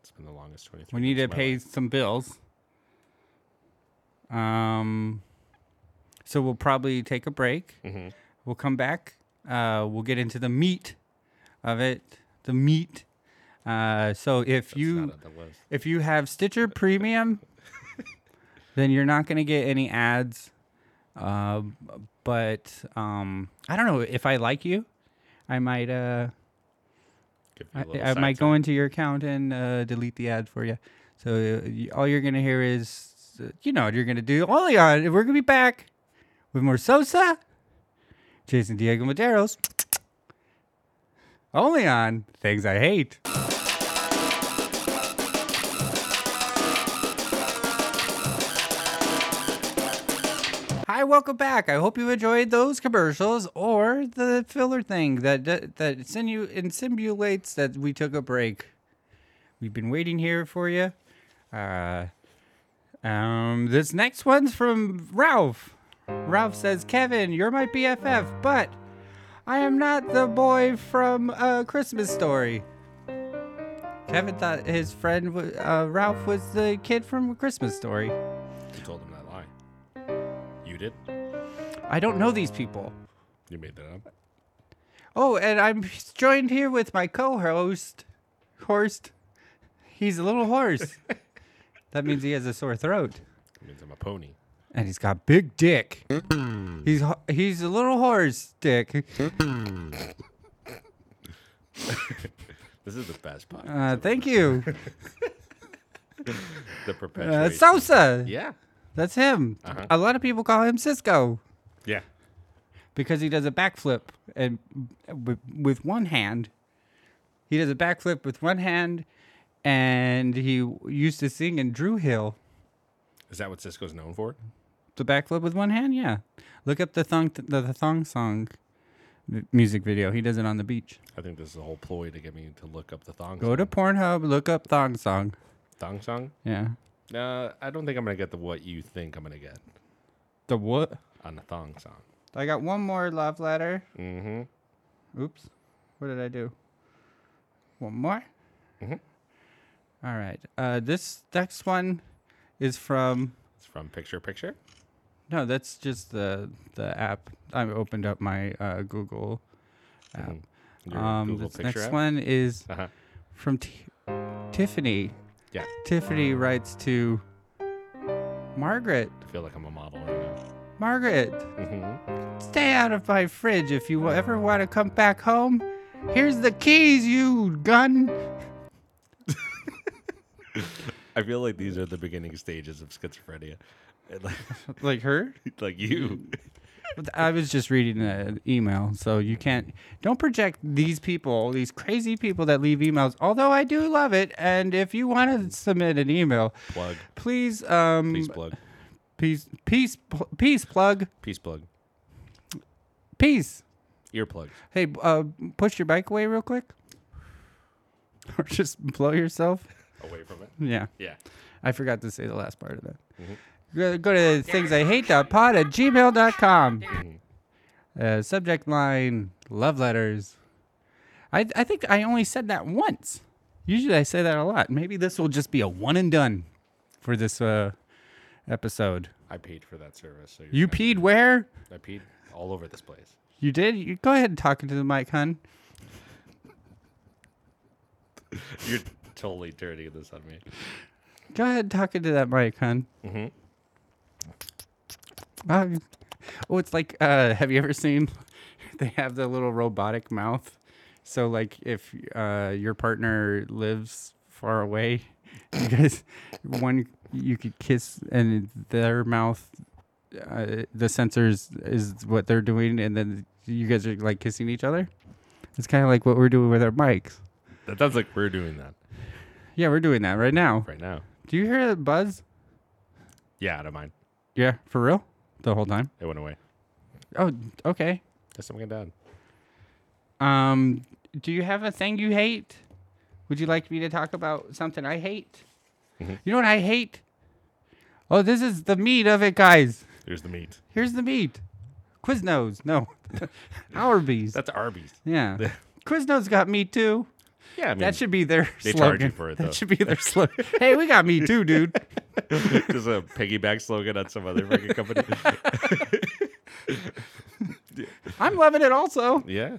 Speaker 4: It's been the longest 23
Speaker 3: We need to
Speaker 4: minutes of my
Speaker 3: pay
Speaker 4: life.
Speaker 3: some bills. Um, so we'll probably take a break. We'll come back. Uh, we'll get into the meat of it. The meat. Uh, so if
Speaker 4: It's
Speaker 3: you
Speaker 4: not on the list.
Speaker 3: if you have Stitcher Premium, then you're not going to get any ads. Uh, but um, I don't know if I like you, I might uh,
Speaker 4: Give you a
Speaker 3: I,
Speaker 4: little
Speaker 3: I
Speaker 4: side
Speaker 3: might
Speaker 4: tip.
Speaker 3: go into your account and uh, delete the ad for you. So uh, y- all you're going to hear is, uh, you know, what you're going to do. Only on we're going to be back with more Sosa, Jason Diego Maderos. Only on things I hate. Hi, welcome back. I hope you enjoyed those commercials or the filler thing that that, that sinu- insinuates that we took a break. We've been waiting here for you. Uh, um, this next one's from Ralph. Ralph says, "Kevin, you're my BFF, but I am not the boy from uh, Christmas Story." Kevin thought his friend wa- uh, Ralph was the kid from Christmas Story.
Speaker 4: You told him that lie. You did?
Speaker 3: I don't know these people.
Speaker 4: You made that up?
Speaker 3: Oh, and I'm joined here with my co-host, Horst. He's a little
Speaker 4: [LAUGHS]
Speaker 3: horse. that means he has a sore throat,
Speaker 4: It means I'm a pony.
Speaker 3: and he's got big dick.
Speaker 4: Mm-hmm.
Speaker 3: he's ho- he's a little horse dick.
Speaker 4: This is the best podcast. [LAUGHS]
Speaker 3: Uh, thank you.
Speaker 4: the perpetuation.
Speaker 3: Uh, Sosa.
Speaker 4: Yeah.
Speaker 3: That's him.
Speaker 4: Uh-huh.
Speaker 3: A lot of people call him Cisco
Speaker 4: Yeah.
Speaker 3: because he does a backflip and with, with one hand. He does a backflip with one hand, and he used to sing in Drew Hill.
Speaker 4: Is that what Cisco's known for?
Speaker 3: The backflip with one hand, yeah. Look up the thong the, the thong song m- music video. He does it on the beach.
Speaker 4: I think this is a whole ploy to get me to look up the thong
Speaker 3: Go to
Speaker 4: song.
Speaker 3: Pornhub, look up thong song.
Speaker 4: thong song.
Speaker 3: Yeah.
Speaker 4: Uh, I don't think I'm gonna get the what you think I'm gonna get
Speaker 3: The what?
Speaker 4: on the thong song.
Speaker 3: I got one more love letter.
Speaker 4: Mm-hmm.
Speaker 3: Oops. What did I do? One more?
Speaker 4: Mm-hmm.
Speaker 3: All right. Uh, this next one is from.
Speaker 4: It's from Picture Picture.
Speaker 3: No, that's just the the app. I opened up my uh, Google.
Speaker 4: Mhm. Your
Speaker 3: Um,
Speaker 4: Google
Speaker 3: this
Speaker 4: Picture
Speaker 3: next
Speaker 4: app.
Speaker 3: one is
Speaker 4: Uh-huh.
Speaker 3: from T- Tiffany.
Speaker 4: Yeah.
Speaker 3: Tiffany writes to Margaret.
Speaker 4: I feel like I'm a model right
Speaker 3: Margaret,
Speaker 4: now. Mm-hmm.
Speaker 3: stay out of my fridge if you ever want to come back home. Here's the keys, you gun.
Speaker 4: I feel like these are the beginning stages of schizophrenia. like, [LAUGHS]
Speaker 3: Like her?
Speaker 4: like you.
Speaker 3: I was just reading an email, so you can't. Don't project these people, these crazy people that leave emails. Although I do love it, and if you want to submit an email,
Speaker 4: Plug.
Speaker 3: please, um,
Speaker 4: Peace plug.
Speaker 3: peace, peace, pl- peace, plug,
Speaker 4: Peace plug.
Speaker 3: peace.
Speaker 4: Earplugs.
Speaker 3: Hey, uh, push your bike away real quick, [LAUGHS] or just blow yourself. [LAUGHS]
Speaker 4: Away from it.
Speaker 3: Yeah,
Speaker 4: Yeah.
Speaker 3: I forgot to say the last part of that. Go, go to thingsihate.pod at gmail.com. Uh, subject line, love letters. I, I think I only said that once. Usually I say that a lot. Maybe this will just be a one and done for this uh, episode.
Speaker 4: I paid for that service. So you're
Speaker 3: You
Speaker 4: fine.
Speaker 3: peed where?
Speaker 4: I peed all over this place.
Speaker 3: You did? You go ahead and talk into the mic, hun.
Speaker 4: You're [LAUGHS] totally dirty this on me.
Speaker 3: Go ahead and talk into that mic, hun. Mm-hmm. oh, it's like, uh, have you ever seen? [LAUGHS] They have the little robotic mouth. So, like, if uh, your partner lives far away, [LAUGHS] you guys, one you could kiss, and their mouth, uh, the sensors is what they're doing, and then you guys are like kissing each other. It's kind of like what we're doing with our mics.
Speaker 4: That sounds like we're doing that
Speaker 3: Yeah, we're doing that right now.
Speaker 4: right now.
Speaker 3: Do you hear the buzz?
Speaker 4: Yeah, out of mind.
Speaker 3: Yeah, for real? The whole time?
Speaker 4: It went away.
Speaker 3: Oh, okay.
Speaker 4: That's something I did.
Speaker 3: Um, do you have a thing you hate? Would you like me to talk about something I hate?
Speaker 4: Mm-hmm.
Speaker 3: You know what I hate? Oh, this is the meat of it, guys.
Speaker 4: Here's the meat.
Speaker 3: Here's the meat. Quiznos, no, [LAUGHS] Hourbees.
Speaker 4: That's Arby's.
Speaker 3: yeah, Quiznos got me too.
Speaker 4: Yeah, I mean,
Speaker 3: that should be their
Speaker 4: they
Speaker 3: slogan.
Speaker 4: charge you for it, though.
Speaker 3: That should be their [LAUGHS] slogan. hey, we got me too, dude.
Speaker 4: [LAUGHS] There's a piggyback slogan on some other freaking company.
Speaker 3: I'm loving it. Also,
Speaker 4: [LAUGHS] yeah.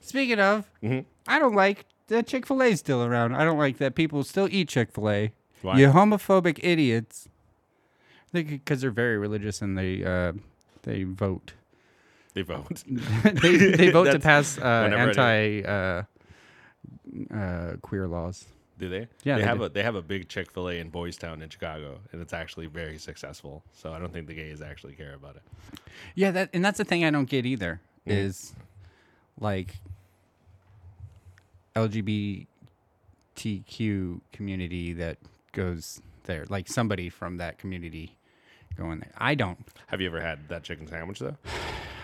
Speaker 3: speaking of,
Speaker 4: Mm-hmm.
Speaker 3: I don't like that Chick Fil A still around. I don't like that people still eat Chick Fil A.
Speaker 4: Why?
Speaker 3: You homophobic idiots. Because they're very religious and they uh, they vote. [LAUGHS]
Speaker 4: They vote.
Speaker 3: they,
Speaker 4: [LAUGHS]
Speaker 3: they vote to
Speaker 4: That's-
Speaker 3: pass uh,
Speaker 4: whenever I
Speaker 3: anti uh, uh, queer laws.
Speaker 4: Do they?
Speaker 3: Yeah,
Speaker 4: They,
Speaker 3: they
Speaker 4: have
Speaker 3: do.
Speaker 4: a they have a big Chick Fil A in Boys Town in Chicago, and it's actually very successful. So I don't think the gays actually care about it.
Speaker 3: Yeah, that and that's the thing I don't get either is like LGBTQ community that goes there, like somebody from that community going there. I don't.
Speaker 4: Have you ever had that chicken sandwich though?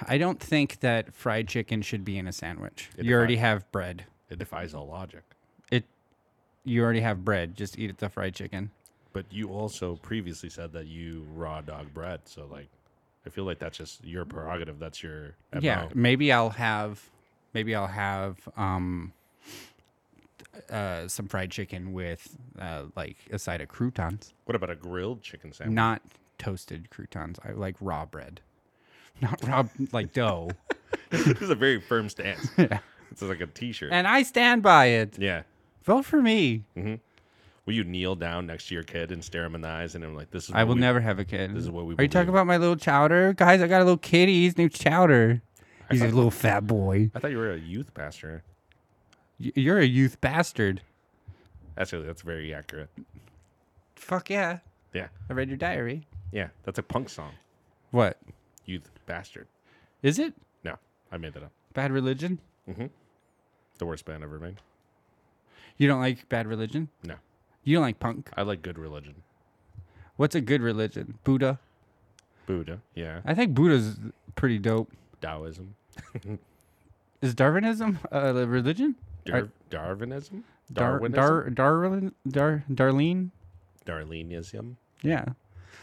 Speaker 3: I don't think that fried chicken should be in a sandwich.
Speaker 4: It
Speaker 3: you already
Speaker 4: defi-
Speaker 3: have bread.
Speaker 4: It defies all logic.
Speaker 3: It. You already have bread. Just eat the fried chicken.
Speaker 4: But you also previously said that you raw dog bread, so like, I feel like that's just your prerogative. That's your MO.
Speaker 3: Yeah, maybe I'll have, maybe I'll have um, uh, some fried chicken with uh, like a side of croutons,
Speaker 4: What about a grilled chicken sandwich? [LAUGHS]
Speaker 3: not toasted croutons. I like raw bread, [LAUGHS] not raw like
Speaker 4: [LAUGHS]
Speaker 3: dough.
Speaker 4: this is a very
Speaker 3: [LAUGHS]
Speaker 4: firm stance. yeah. It's like a T-shirt.
Speaker 3: And I stand by it.
Speaker 4: yeah.
Speaker 3: Vote for me.
Speaker 4: Will you kneel down next to your kid and stare him in the eyes, and I'm like, "This is."
Speaker 3: I
Speaker 4: what
Speaker 3: will
Speaker 4: we-
Speaker 3: never have a kid.
Speaker 4: this is what we
Speaker 3: Are you talking
Speaker 4: believe.
Speaker 3: about my little chowder? Guys, I got a little kitty. His name's Chowder. He's a little fat boy.
Speaker 4: I thought you were a youth pastor.
Speaker 3: Y- You're a youth bastard.
Speaker 4: Actually, that's very accurate.
Speaker 3: Fuck yeah.
Speaker 4: Yeah.
Speaker 3: I read your diary.
Speaker 4: Yeah. That's a punk song.
Speaker 3: What?
Speaker 4: You th- bastard.
Speaker 3: Is it?
Speaker 4: No, I made that up.
Speaker 3: Bad religion?
Speaker 4: The worst band ever made.
Speaker 3: You don't like bad religion?
Speaker 4: No.
Speaker 3: You don't like punk?
Speaker 4: I like good religion.
Speaker 3: What's a good religion? Buddha?
Speaker 4: Buddha. Yeah.
Speaker 3: I think Buddha's pretty dope.
Speaker 4: Taoism.
Speaker 3: Is Darwinism a religion?
Speaker 4: Dar-
Speaker 3: Are-
Speaker 4: Darwinism?
Speaker 3: Dar-
Speaker 4: Darwinism?
Speaker 3: Dar- Darwin, Dar, Darlene?
Speaker 4: Darwinism?
Speaker 3: Yeah.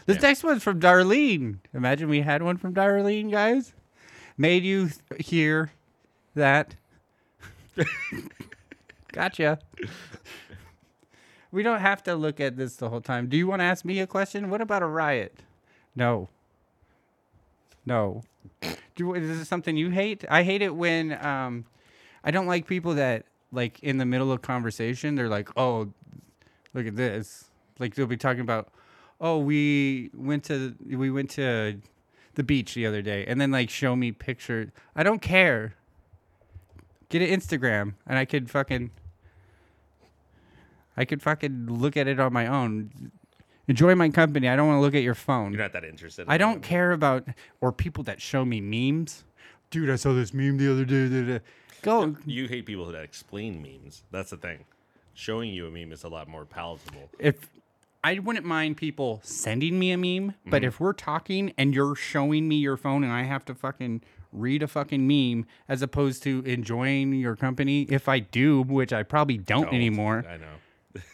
Speaker 3: This
Speaker 4: Yeah.
Speaker 3: next one's from Darlene. Imagine we had one from Darlene, guys. Made you th- hear that. [LAUGHS] gotcha. we don't have to look at this the whole time. Do you want to ask me a question? What about a riot? No. No. Do, is this something you hate? I hate it when um, I don't like people that, like, in the middle of conversation, they're like, oh, look at this. Like they'll be talking about, oh, we went to we went to the beach the other day, and then like show me pictures. I don't care. Get an Instagram, and I could fucking, I could fucking look at it on my own. Enjoy my company. I don't want to look at your phone.
Speaker 4: You're not that interested.
Speaker 3: I
Speaker 4: in
Speaker 3: don't
Speaker 4: them.
Speaker 3: care about or people that show me memes. Dude, I saw this meme the other day. da, da, da. Go.
Speaker 4: You hate people that explain memes. That's the thing. Showing you a meme is a lot more palatable.
Speaker 3: if I wouldn't mind people sending me a meme, but if we're talking and you're showing me your phone and I have to fucking read a fucking meme as opposed to enjoying your company, if I do, which I probably don't,
Speaker 4: Don't.
Speaker 3: anymore,
Speaker 4: Oh, I know.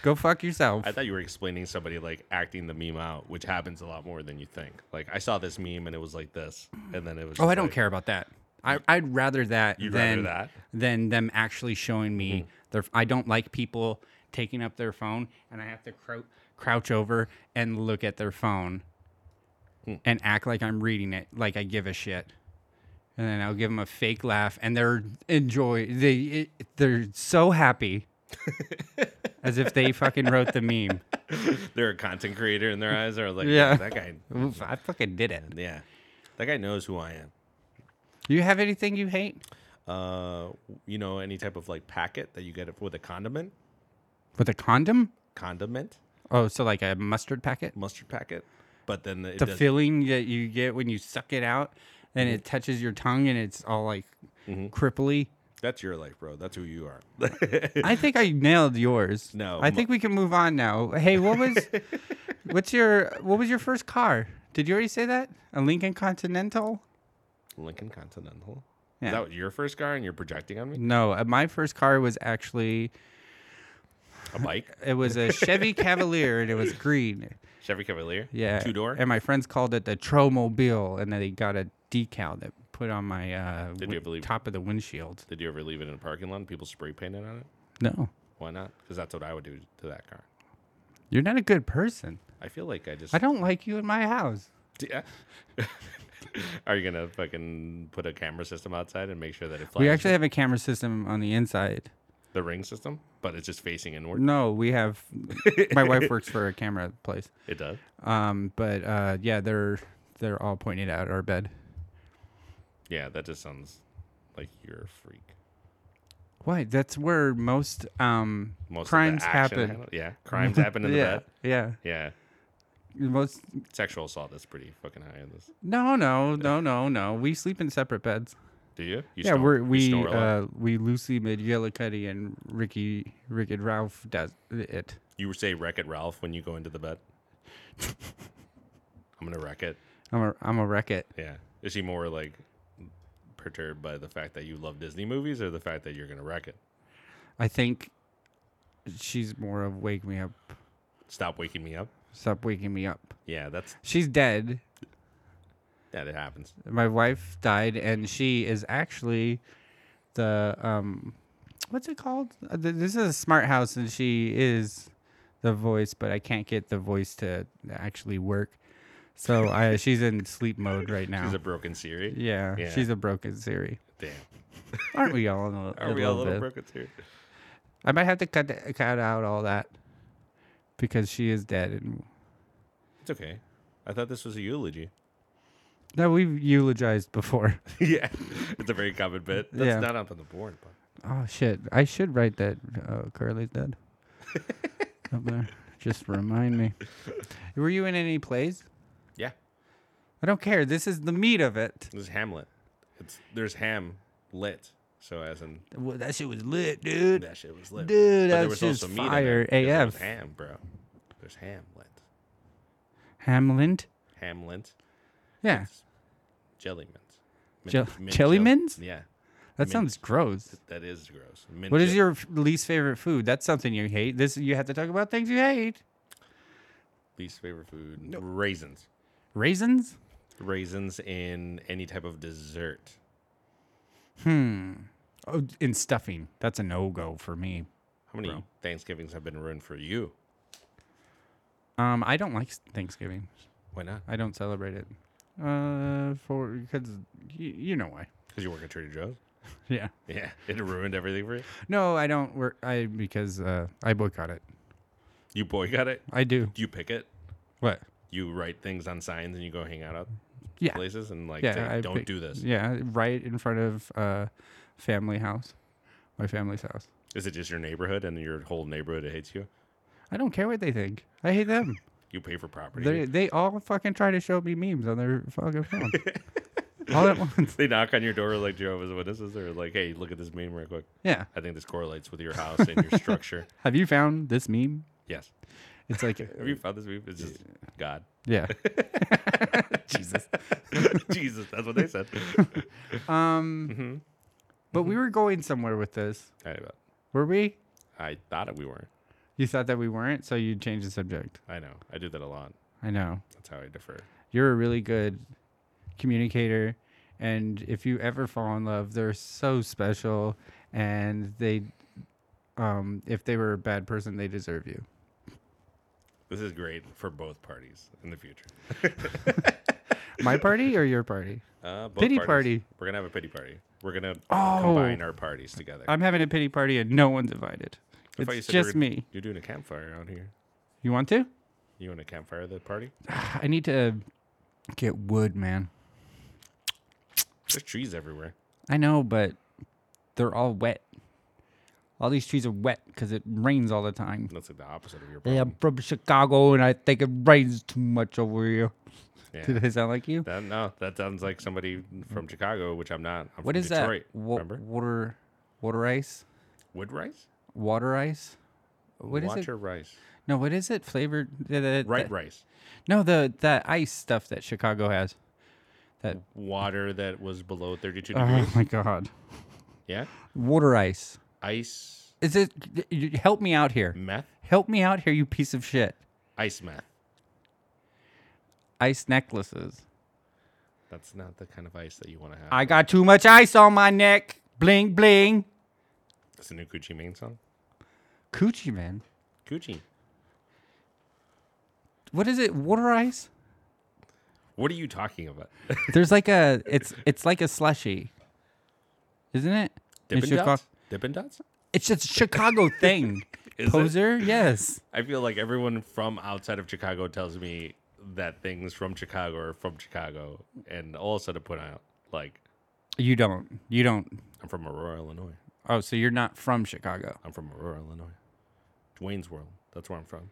Speaker 3: go fuck yourself.
Speaker 4: I thought you were explaining somebody like acting the meme out, which happens a lot more than you think. Like I saw this meme and it was like this, and then it was.
Speaker 3: oh,
Speaker 4: just
Speaker 3: I don't
Speaker 4: like-
Speaker 3: care about that. I, I'd rather that
Speaker 4: You'd
Speaker 3: than
Speaker 4: rather that?
Speaker 3: than them actually showing me their. I don't like people taking up their phone and I have to crouch crouch over and look at their phone and act like I'm reading it, like I give a shit. And then I'll give them a fake laugh, and they're enjoy. They it, they're so happy, as if they fucking wrote the meme.
Speaker 4: [LAUGHS] They're a content creator in their eyes. Are like,
Speaker 3: Yeah.
Speaker 4: yeah, that guy.
Speaker 3: Oof, I fucking did it.
Speaker 4: Yeah, that guy knows who I am.
Speaker 3: Do you have anything you hate?
Speaker 4: Uh, you know, any type of like packet that you get with a condiment,
Speaker 3: With a condom?
Speaker 4: condiment,
Speaker 3: Oh, so like a mustard packet?
Speaker 4: mustard packet, but then it
Speaker 3: the
Speaker 4: does,
Speaker 3: feeling that you get when you suck it out and
Speaker 4: Mm-hmm.
Speaker 3: it touches your tongue and it's all like cripply.
Speaker 4: that's your life, bro. That's who
Speaker 3: [LAUGHS]
Speaker 4: you are.
Speaker 3: I think I nailed yours.
Speaker 4: [LAUGHS] No,
Speaker 3: I
Speaker 4: mo-
Speaker 3: think we can move on now. Hey, what
Speaker 4: [LAUGHS]
Speaker 3: was what's your what was your first car? Did you already say that? A Lincoln Continental?
Speaker 4: Lincoln Continental.
Speaker 3: Yeah.
Speaker 4: Is that your first car and you're projecting on me?
Speaker 3: No, uh, my first car was actually [LAUGHS]
Speaker 4: A bike?
Speaker 3: it was a
Speaker 4: [LAUGHS]
Speaker 3: Chevy Cavalier and it was green.
Speaker 4: Chevy Cavalier?
Speaker 3: Yeah.
Speaker 4: Two door?
Speaker 3: And my friends called it the Tromobile and then they got a decal that put on my uh,
Speaker 4: you
Speaker 3: win-
Speaker 4: believe-
Speaker 3: top of the windshield.
Speaker 4: Did you ever leave it in a parking lot and people spray painted on it?
Speaker 3: No.
Speaker 4: Why not? Because that's what I would do to that car.
Speaker 3: You're not a good person.
Speaker 4: I feel like I just.
Speaker 3: I don't like you in my house.
Speaker 4: Yeah. [LAUGHS] Are you gonna fucking put a camera system outside and make sure that it flies?
Speaker 3: We actually have a camera system on the inside.
Speaker 4: the ring system, but it's just facing inward.
Speaker 3: No, we have. my wife works for a camera place.
Speaker 4: It does.
Speaker 3: Um, but uh, yeah, they're they're all pointed at our bed.
Speaker 4: Yeah, that just sounds like you're a freak.
Speaker 3: Why? That's where most um
Speaker 4: Most
Speaker 3: crimes
Speaker 4: of the action
Speaker 3: happen.
Speaker 4: handle- yeah, crimes happen in the
Speaker 3: yeah,
Speaker 4: bed.
Speaker 3: yeah.
Speaker 4: Yeah,
Speaker 3: Most
Speaker 4: sexual assault is pretty fucking high in this.
Speaker 3: no, no, no, no, no. We sleep in separate beds.
Speaker 4: Do you? you
Speaker 3: yeah,
Speaker 4: snore-
Speaker 3: we're,
Speaker 4: you
Speaker 3: we
Speaker 4: snore a lot?
Speaker 3: uh, we Lucy McGillicuddy and Ricky Rick and Ralph does it.
Speaker 4: You say wreck it Ralph when you go into the bed. [LAUGHS] I'm gonna wreck it.
Speaker 3: I'm a I'm a wreck it.
Speaker 4: Yeah. Is he more like perturbed by the fact that you love Disney movies or the fact that you're gonna wreck it?
Speaker 3: I think she's more of wake me up,
Speaker 4: Stop waking me up.
Speaker 3: stop waking me up.
Speaker 4: Yeah, that's
Speaker 3: She's dead.
Speaker 4: that it happens.
Speaker 3: My wife died, and she is actually the um, what's it called? Uh, th- This is a smart house, and she is the voice, but I can't get the voice to actually work. So
Speaker 4: [LAUGHS]
Speaker 3: I, she's in sleep mode right now.
Speaker 4: She's a broken Siri.
Speaker 3: yeah,
Speaker 4: yeah.
Speaker 3: she's a broken Siri.
Speaker 4: Damn.
Speaker 3: Aren't we all? In a,
Speaker 4: Are we all a little broken Siri?
Speaker 3: I might have to cut th- cut out all that because she is dead, and
Speaker 4: It's okay. I thought this was a eulogy. [LAUGHS]
Speaker 3: no, we've eulogized before. [LAUGHS]
Speaker 4: yeah. It's a very common bit. That's
Speaker 3: Yeah.
Speaker 4: not up on the board, but
Speaker 3: Oh shit! I should write that. Oh, Carly's uh, dead. up there. Just remind me. Were you in any plays?
Speaker 4: Yeah,
Speaker 3: I don't care. This is the meat of it.
Speaker 4: there's Hamlet. It's there's ham lit. So as in
Speaker 3: Well, that shit was lit, dude.
Speaker 4: that shit was lit.
Speaker 3: Dude,
Speaker 4: But there
Speaker 3: that's
Speaker 4: was also
Speaker 3: just
Speaker 4: meat in it
Speaker 3: fire
Speaker 4: because there was
Speaker 3: AF.
Speaker 4: ham, bro. There's ham lit.
Speaker 3: Hamlin.
Speaker 4: Ham lint.
Speaker 3: Yeah,
Speaker 4: Jelly mints. Mint-
Speaker 3: Jel-
Speaker 4: mint
Speaker 3: jelly
Speaker 4: jel-
Speaker 3: mints?
Speaker 4: Yeah,
Speaker 3: that sounds gross.
Speaker 4: that is gross. Mint
Speaker 3: What is
Speaker 4: jel-
Speaker 3: your f- least favorite food? That's something you hate. This you have to talk about things you hate.
Speaker 4: least favorite food? Raisins.
Speaker 3: Raisins.
Speaker 4: Raisins in any type of dessert.
Speaker 3: Oh, in stuffing. That's a no go for me.
Speaker 4: How many Thanksgivings have been ruined for you?
Speaker 3: Um, I don't like s- Thanksgiving.
Speaker 4: Why not?
Speaker 3: I don't celebrate it. Uh, for because you, you know why. [LAUGHS]
Speaker 4: Because you work at Trader Joe's.
Speaker 3: Yeah.
Speaker 4: Yeah, [LAUGHS] it ruined everything for you.
Speaker 3: No, I don't work. I because uh, I boycott it.
Speaker 4: You boycott it.
Speaker 3: I do.
Speaker 4: You pick it.
Speaker 3: What?
Speaker 4: You write things on signs and you go hang out at
Speaker 3: Yeah.
Speaker 4: places and like
Speaker 3: yeah.
Speaker 4: say,
Speaker 3: I
Speaker 4: don't
Speaker 3: pick-
Speaker 4: do this.
Speaker 3: Yeah, right in front of uh, family house, my family's house.
Speaker 4: Is it just your neighborhood and your whole neighborhood hates you?
Speaker 3: I don't care what they think. I hate
Speaker 4: [LAUGHS]
Speaker 3: them.
Speaker 4: You pay for property.
Speaker 3: they they all fucking try to show me memes on their fucking phone. all at once.
Speaker 4: [LAUGHS]
Speaker 3: [LAUGHS]
Speaker 4: They knock on your door like Joe was what is this? They're like, hey, look at this meme real quick.
Speaker 3: Yeah.
Speaker 4: I think this correlates with your house and
Speaker 3: [LAUGHS]
Speaker 4: your structure.
Speaker 3: Have you found this meme?
Speaker 4: Yes.
Speaker 3: It's
Speaker 4: [LAUGHS]
Speaker 3: like
Speaker 4: Have you found this meme? It's just
Speaker 3: [LAUGHS]
Speaker 4: God.
Speaker 3: yeah.
Speaker 4: Jesus. [LAUGHS] Jesus. That's what
Speaker 3: [LAUGHS]
Speaker 4: they said.
Speaker 3: But we were going somewhere with this.
Speaker 4: I, know.
Speaker 3: Were we?
Speaker 4: I thought we weren't.
Speaker 3: You thought that we weren't, so you changed the subject.
Speaker 4: I know. I do that a lot.
Speaker 3: I know.
Speaker 4: That's how I defer.
Speaker 3: You're a really good communicator and if you ever fall in love, they're so special and they um if they were a bad person, they deserve you.
Speaker 4: This is great for both parties in the future.
Speaker 3: My party or your party?
Speaker 4: Uh, both
Speaker 3: Pity
Speaker 4: parties.
Speaker 3: party.
Speaker 4: We're gonna have a pity party. We're gonna
Speaker 3: Oh.
Speaker 4: combine our parties together.
Speaker 3: [LAUGHS] I'm having a pity party and no one's invited.
Speaker 4: I thought
Speaker 3: It's
Speaker 4: you were-
Speaker 3: just me.
Speaker 4: You're doing a campfire out here.
Speaker 3: You want to?
Speaker 4: You want a campfire at the party?
Speaker 3: I need to get wood, man.
Speaker 4: There's trees everywhere.
Speaker 3: I know, but they're all wet. All these trees are wet because it rains all the time.
Speaker 4: That's like the opposite of your
Speaker 3: Yeah,
Speaker 4: problem.
Speaker 3: I'm from Chicago, and I think it rains too much over here. [LAUGHS]
Speaker 4: Yeah.
Speaker 3: Did I sound like you?
Speaker 4: That, no, that sounds like somebody from Chicago, which I'm not. I'm
Speaker 3: What
Speaker 4: from
Speaker 3: is
Speaker 4: Detroit,
Speaker 3: that? Wa-
Speaker 4: remember?
Speaker 3: Water, water ice,
Speaker 4: Wood rice?
Speaker 3: water ice. What is
Speaker 4: Watch
Speaker 3: it?
Speaker 4: or rice?
Speaker 3: No, what is it? Flavored? The, the,
Speaker 4: Right
Speaker 3: the-
Speaker 4: rice.
Speaker 3: No, the that ice stuff that Chicago has.
Speaker 4: Water that was below 32 degrees.
Speaker 3: Oh my god,
Speaker 4: Yeah.
Speaker 3: water ice.
Speaker 4: Ice
Speaker 3: Is it? y- y- Help me out here.
Speaker 4: meth?
Speaker 3: Help me out here, you piece of shit.
Speaker 4: Ice meth.
Speaker 3: Ice necklaces.
Speaker 4: That's not the kind of ice that you want to have.
Speaker 3: I got too much ice on my neck. Bling bling.
Speaker 4: That's a new Gucci Mane song.
Speaker 3: Coochie man.
Speaker 4: Gucci.
Speaker 3: What is it? Water ice?
Speaker 4: What are you talking [LAUGHS] about?
Speaker 3: There's like a it's it's like a slushy. Isn't it? In
Speaker 4: Dippin'
Speaker 3: Chica-
Speaker 4: Dots? Dippin' Dots?
Speaker 3: It's just a Chicago [LAUGHS] thing.
Speaker 4: Is it?
Speaker 3: Poser? Yes.
Speaker 4: I feel like everyone from outside of Chicago tells me that things from Chicago are from Chicago, and also to put out like
Speaker 3: You don't. You don't.
Speaker 4: I'm from Aurora, Illinois.
Speaker 3: Oh, so you're not from Chicago.
Speaker 4: I'm from Aurora, Illinois. Wayne's World. That's where I'm from.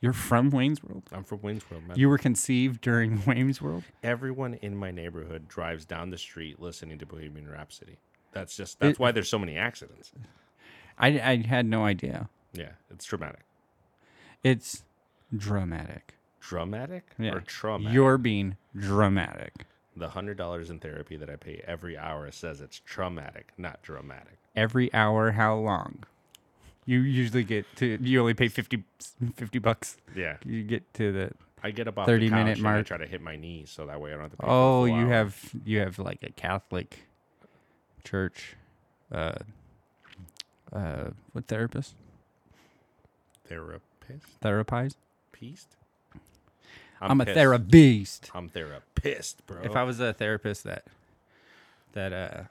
Speaker 3: You're from Wayne's World?
Speaker 4: I'm from Wayne's World, man.
Speaker 3: You were conceived during [LAUGHS] Wayne's World?
Speaker 4: Everyone in my neighborhood drives down the street listening to Bohemian Rhapsody. That's just that's why there's so many accidents.
Speaker 3: I I had no idea.
Speaker 4: Yeah, it's traumatic.
Speaker 3: It's dramatic.
Speaker 4: Dramatic or traumatic?
Speaker 3: You're being dramatic.
Speaker 4: the hundred dollars in therapy that I pay every hour says it's traumatic, not dramatic.
Speaker 3: every hour how long you usually get to you only pay 50 50 bucks
Speaker 4: Yeah.
Speaker 3: you get to the
Speaker 4: I get about
Speaker 3: 30
Speaker 4: thirty
Speaker 3: minute
Speaker 4: minute mark. I
Speaker 3: mark.
Speaker 4: try to hit my knees so that way I don't have to. Pay for a
Speaker 3: oh
Speaker 4: full
Speaker 3: you
Speaker 4: hour.
Speaker 3: have you have like a catholic church uh uh what therapist
Speaker 4: therapist.
Speaker 3: therapist
Speaker 4: Peast?
Speaker 3: i'm, a
Speaker 4: pissed.
Speaker 3: therapist
Speaker 4: I'm therapist, bro.
Speaker 3: if i was a therapist that that uh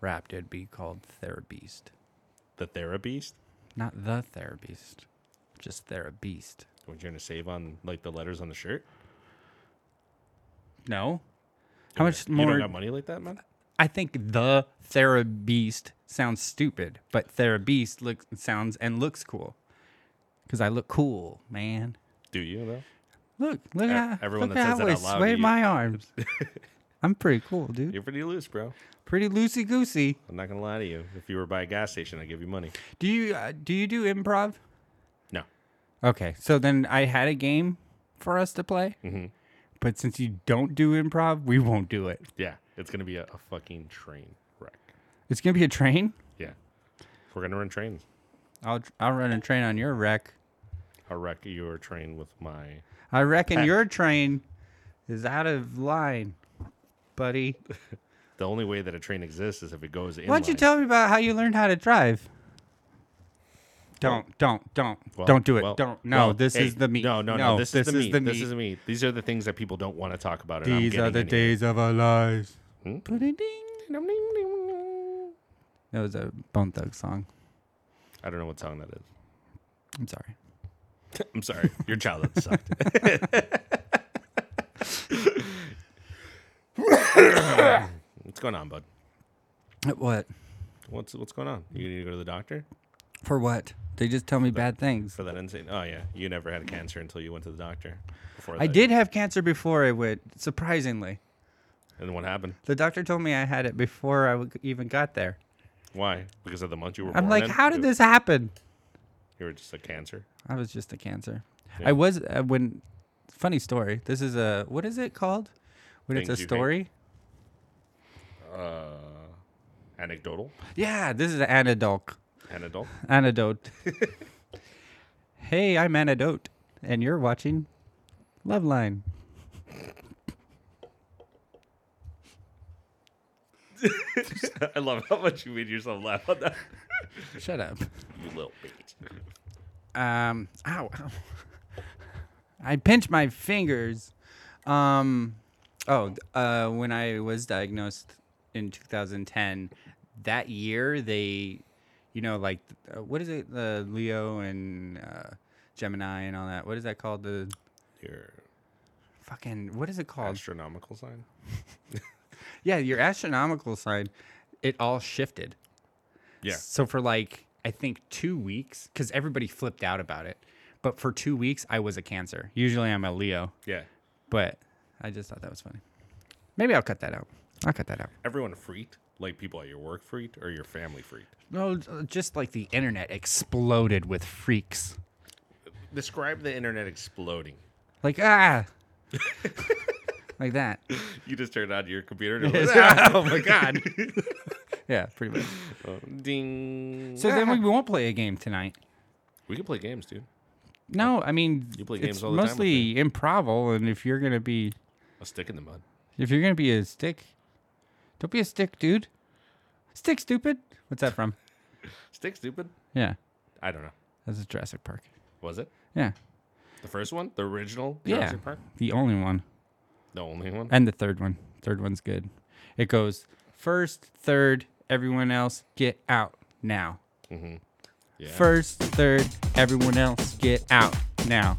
Speaker 3: rapped it'd be called therapist
Speaker 4: the therapist,
Speaker 3: not the therapist just therapist
Speaker 4: what you're gonna save on like the letters on the shirt?
Speaker 3: no how much
Speaker 4: You
Speaker 3: more
Speaker 4: don't got money like that, man.
Speaker 3: I think the Therabeast sounds stupid, but Therabeast looks sounds and looks cool. because I look cool, man.
Speaker 4: Do you though?
Speaker 3: Look, look
Speaker 4: E-
Speaker 3: at
Speaker 4: everyone
Speaker 3: look
Speaker 4: that
Speaker 3: at
Speaker 4: says
Speaker 3: how
Speaker 4: that
Speaker 3: I
Speaker 4: out loud to
Speaker 3: sway
Speaker 4: you.
Speaker 3: my
Speaker 4: [LAUGHS]
Speaker 3: arms. I'm pretty cool, dude.
Speaker 4: You're pretty loose, bro.
Speaker 3: Pretty loosey goosey.
Speaker 4: I'm not gonna lie to you. If you were by a gas station, I'd give you money.
Speaker 3: Do you uh, do you do improv?
Speaker 4: No.
Speaker 3: Okay, so then I had a game for us to play,
Speaker 4: Mhm.
Speaker 3: but since you don't do improv, we won't do it.
Speaker 4: Yeah, it's gonna be a, a fucking train wreck.
Speaker 3: It's gonna be a train.
Speaker 4: Yeah, we're gonna run trains.
Speaker 3: I'll I'll run a train on your wreck.
Speaker 4: I'll wreck your train with my.
Speaker 3: I reckon
Speaker 4: Heck.
Speaker 3: your train is out of line, buddy.
Speaker 4: The only way that a train exists is if it goes in.
Speaker 3: Why don't you
Speaker 4: line.
Speaker 3: tell me about how you learned how to drive? Don't, don't, don't,
Speaker 4: Well,
Speaker 3: don't do it.
Speaker 4: well,
Speaker 3: don't. No,
Speaker 4: well,
Speaker 3: this
Speaker 4: hey,
Speaker 3: is the meat.
Speaker 4: No, no, no. This, is the meat. This is the meat. These are the things that people don't want to talk about. And
Speaker 3: These
Speaker 4: I'm
Speaker 3: are the
Speaker 4: getting
Speaker 3: days of our lives.
Speaker 4: Hmm?
Speaker 3: Ding. That was a Bone Thug song.
Speaker 4: I don't know what song that is.
Speaker 3: I'm sorry.
Speaker 4: I'm sorry. Your
Speaker 3: [LAUGHS]
Speaker 4: childhood sucked. [COUGHS] what's going on, bud?
Speaker 3: What?
Speaker 4: What's what's going on? You need to go to the doctor
Speaker 3: For what? They just tell me bad things.
Speaker 4: for that insane. Oh yeah, you never had cancer until you went to the doctor. Before
Speaker 3: I
Speaker 4: that.
Speaker 3: did have cancer before I went, surprisingly.
Speaker 4: And what happened?
Speaker 3: The doctor told me I had it before I w- even got there.
Speaker 4: Why? Because of the month you were.
Speaker 3: I'm
Speaker 4: born
Speaker 3: like,
Speaker 4: in?
Speaker 3: how did
Speaker 4: You-
Speaker 3: this happen?
Speaker 4: You were just a cancer.
Speaker 3: I was just a cancer.
Speaker 4: Yeah.
Speaker 3: I was uh, when. Funny story. This is a what is it called? When
Speaker 4: Things
Speaker 3: it's a
Speaker 4: you hate.
Speaker 3: story.
Speaker 4: Uh, anecdotal.
Speaker 3: Yeah, this is an antidote.
Speaker 4: Anecdotal. [LAUGHS]
Speaker 3: Antidote. [LAUGHS] hey, I'm antidote, and you're watching Love Line.
Speaker 4: I love how much you made yourself laugh on that.
Speaker 3: Shut up.
Speaker 4: You little bitch.
Speaker 3: Um. Ow. ow. [LAUGHS] I pinch my fingers. Um. Oh. th- Uh. When I was diagnosed in 2010, that year they, you know, like uh, what is it? The Leo and uh, Gemini and all that. What is that called? The
Speaker 4: Your
Speaker 3: fucking what is it called?
Speaker 4: astronomical sign.
Speaker 3: yeah, your astronomical sign. It all shifted.
Speaker 4: Yeah.
Speaker 3: So for like I think two weeks, because everybody flipped out about it. But for two weeks, I was a Cancer. Usually, I'm a Leo,
Speaker 4: Yeah.
Speaker 3: but I just thought that was funny. Maybe I'll cut that out. I'll cut that out.
Speaker 4: Everyone freaked. Like people at your work freaked or your family freaked.
Speaker 3: No, j- just like the internet exploded with freaks.
Speaker 4: Describe the internet exploding.
Speaker 3: Like [LAUGHS] ah, like that.
Speaker 4: You just turned on your computer
Speaker 3: [LAUGHS]
Speaker 4: and it was, "Ah,
Speaker 3: oh my
Speaker 4: [LAUGHS]
Speaker 3: god. yeah, pretty much.
Speaker 4: ding.
Speaker 3: So then we won't play a game tonight.
Speaker 4: we can play games, dude.
Speaker 3: No, I mean
Speaker 4: You play
Speaker 3: it's
Speaker 4: games all the time with
Speaker 3: mostly improv, and if you're gonna be
Speaker 4: A stick in the mud.
Speaker 3: If you're gonna be a stick, don't be a stick, dude. Stick, stupid. What's that from?
Speaker 4: Stick stupid.
Speaker 3: Yeah,
Speaker 4: I don't know.
Speaker 3: that's a Jurassic Park.
Speaker 4: Was it
Speaker 3: Yeah,
Speaker 4: the first one? The original
Speaker 3: Yeah.
Speaker 4: Jurassic Park?
Speaker 3: the only one,
Speaker 4: The only one.
Speaker 3: and the third one. Third one's good. It goes first, third. Everyone else, get out now.
Speaker 4: Mm-hmm. Yeah.
Speaker 3: First, third. Everyone else, get out now.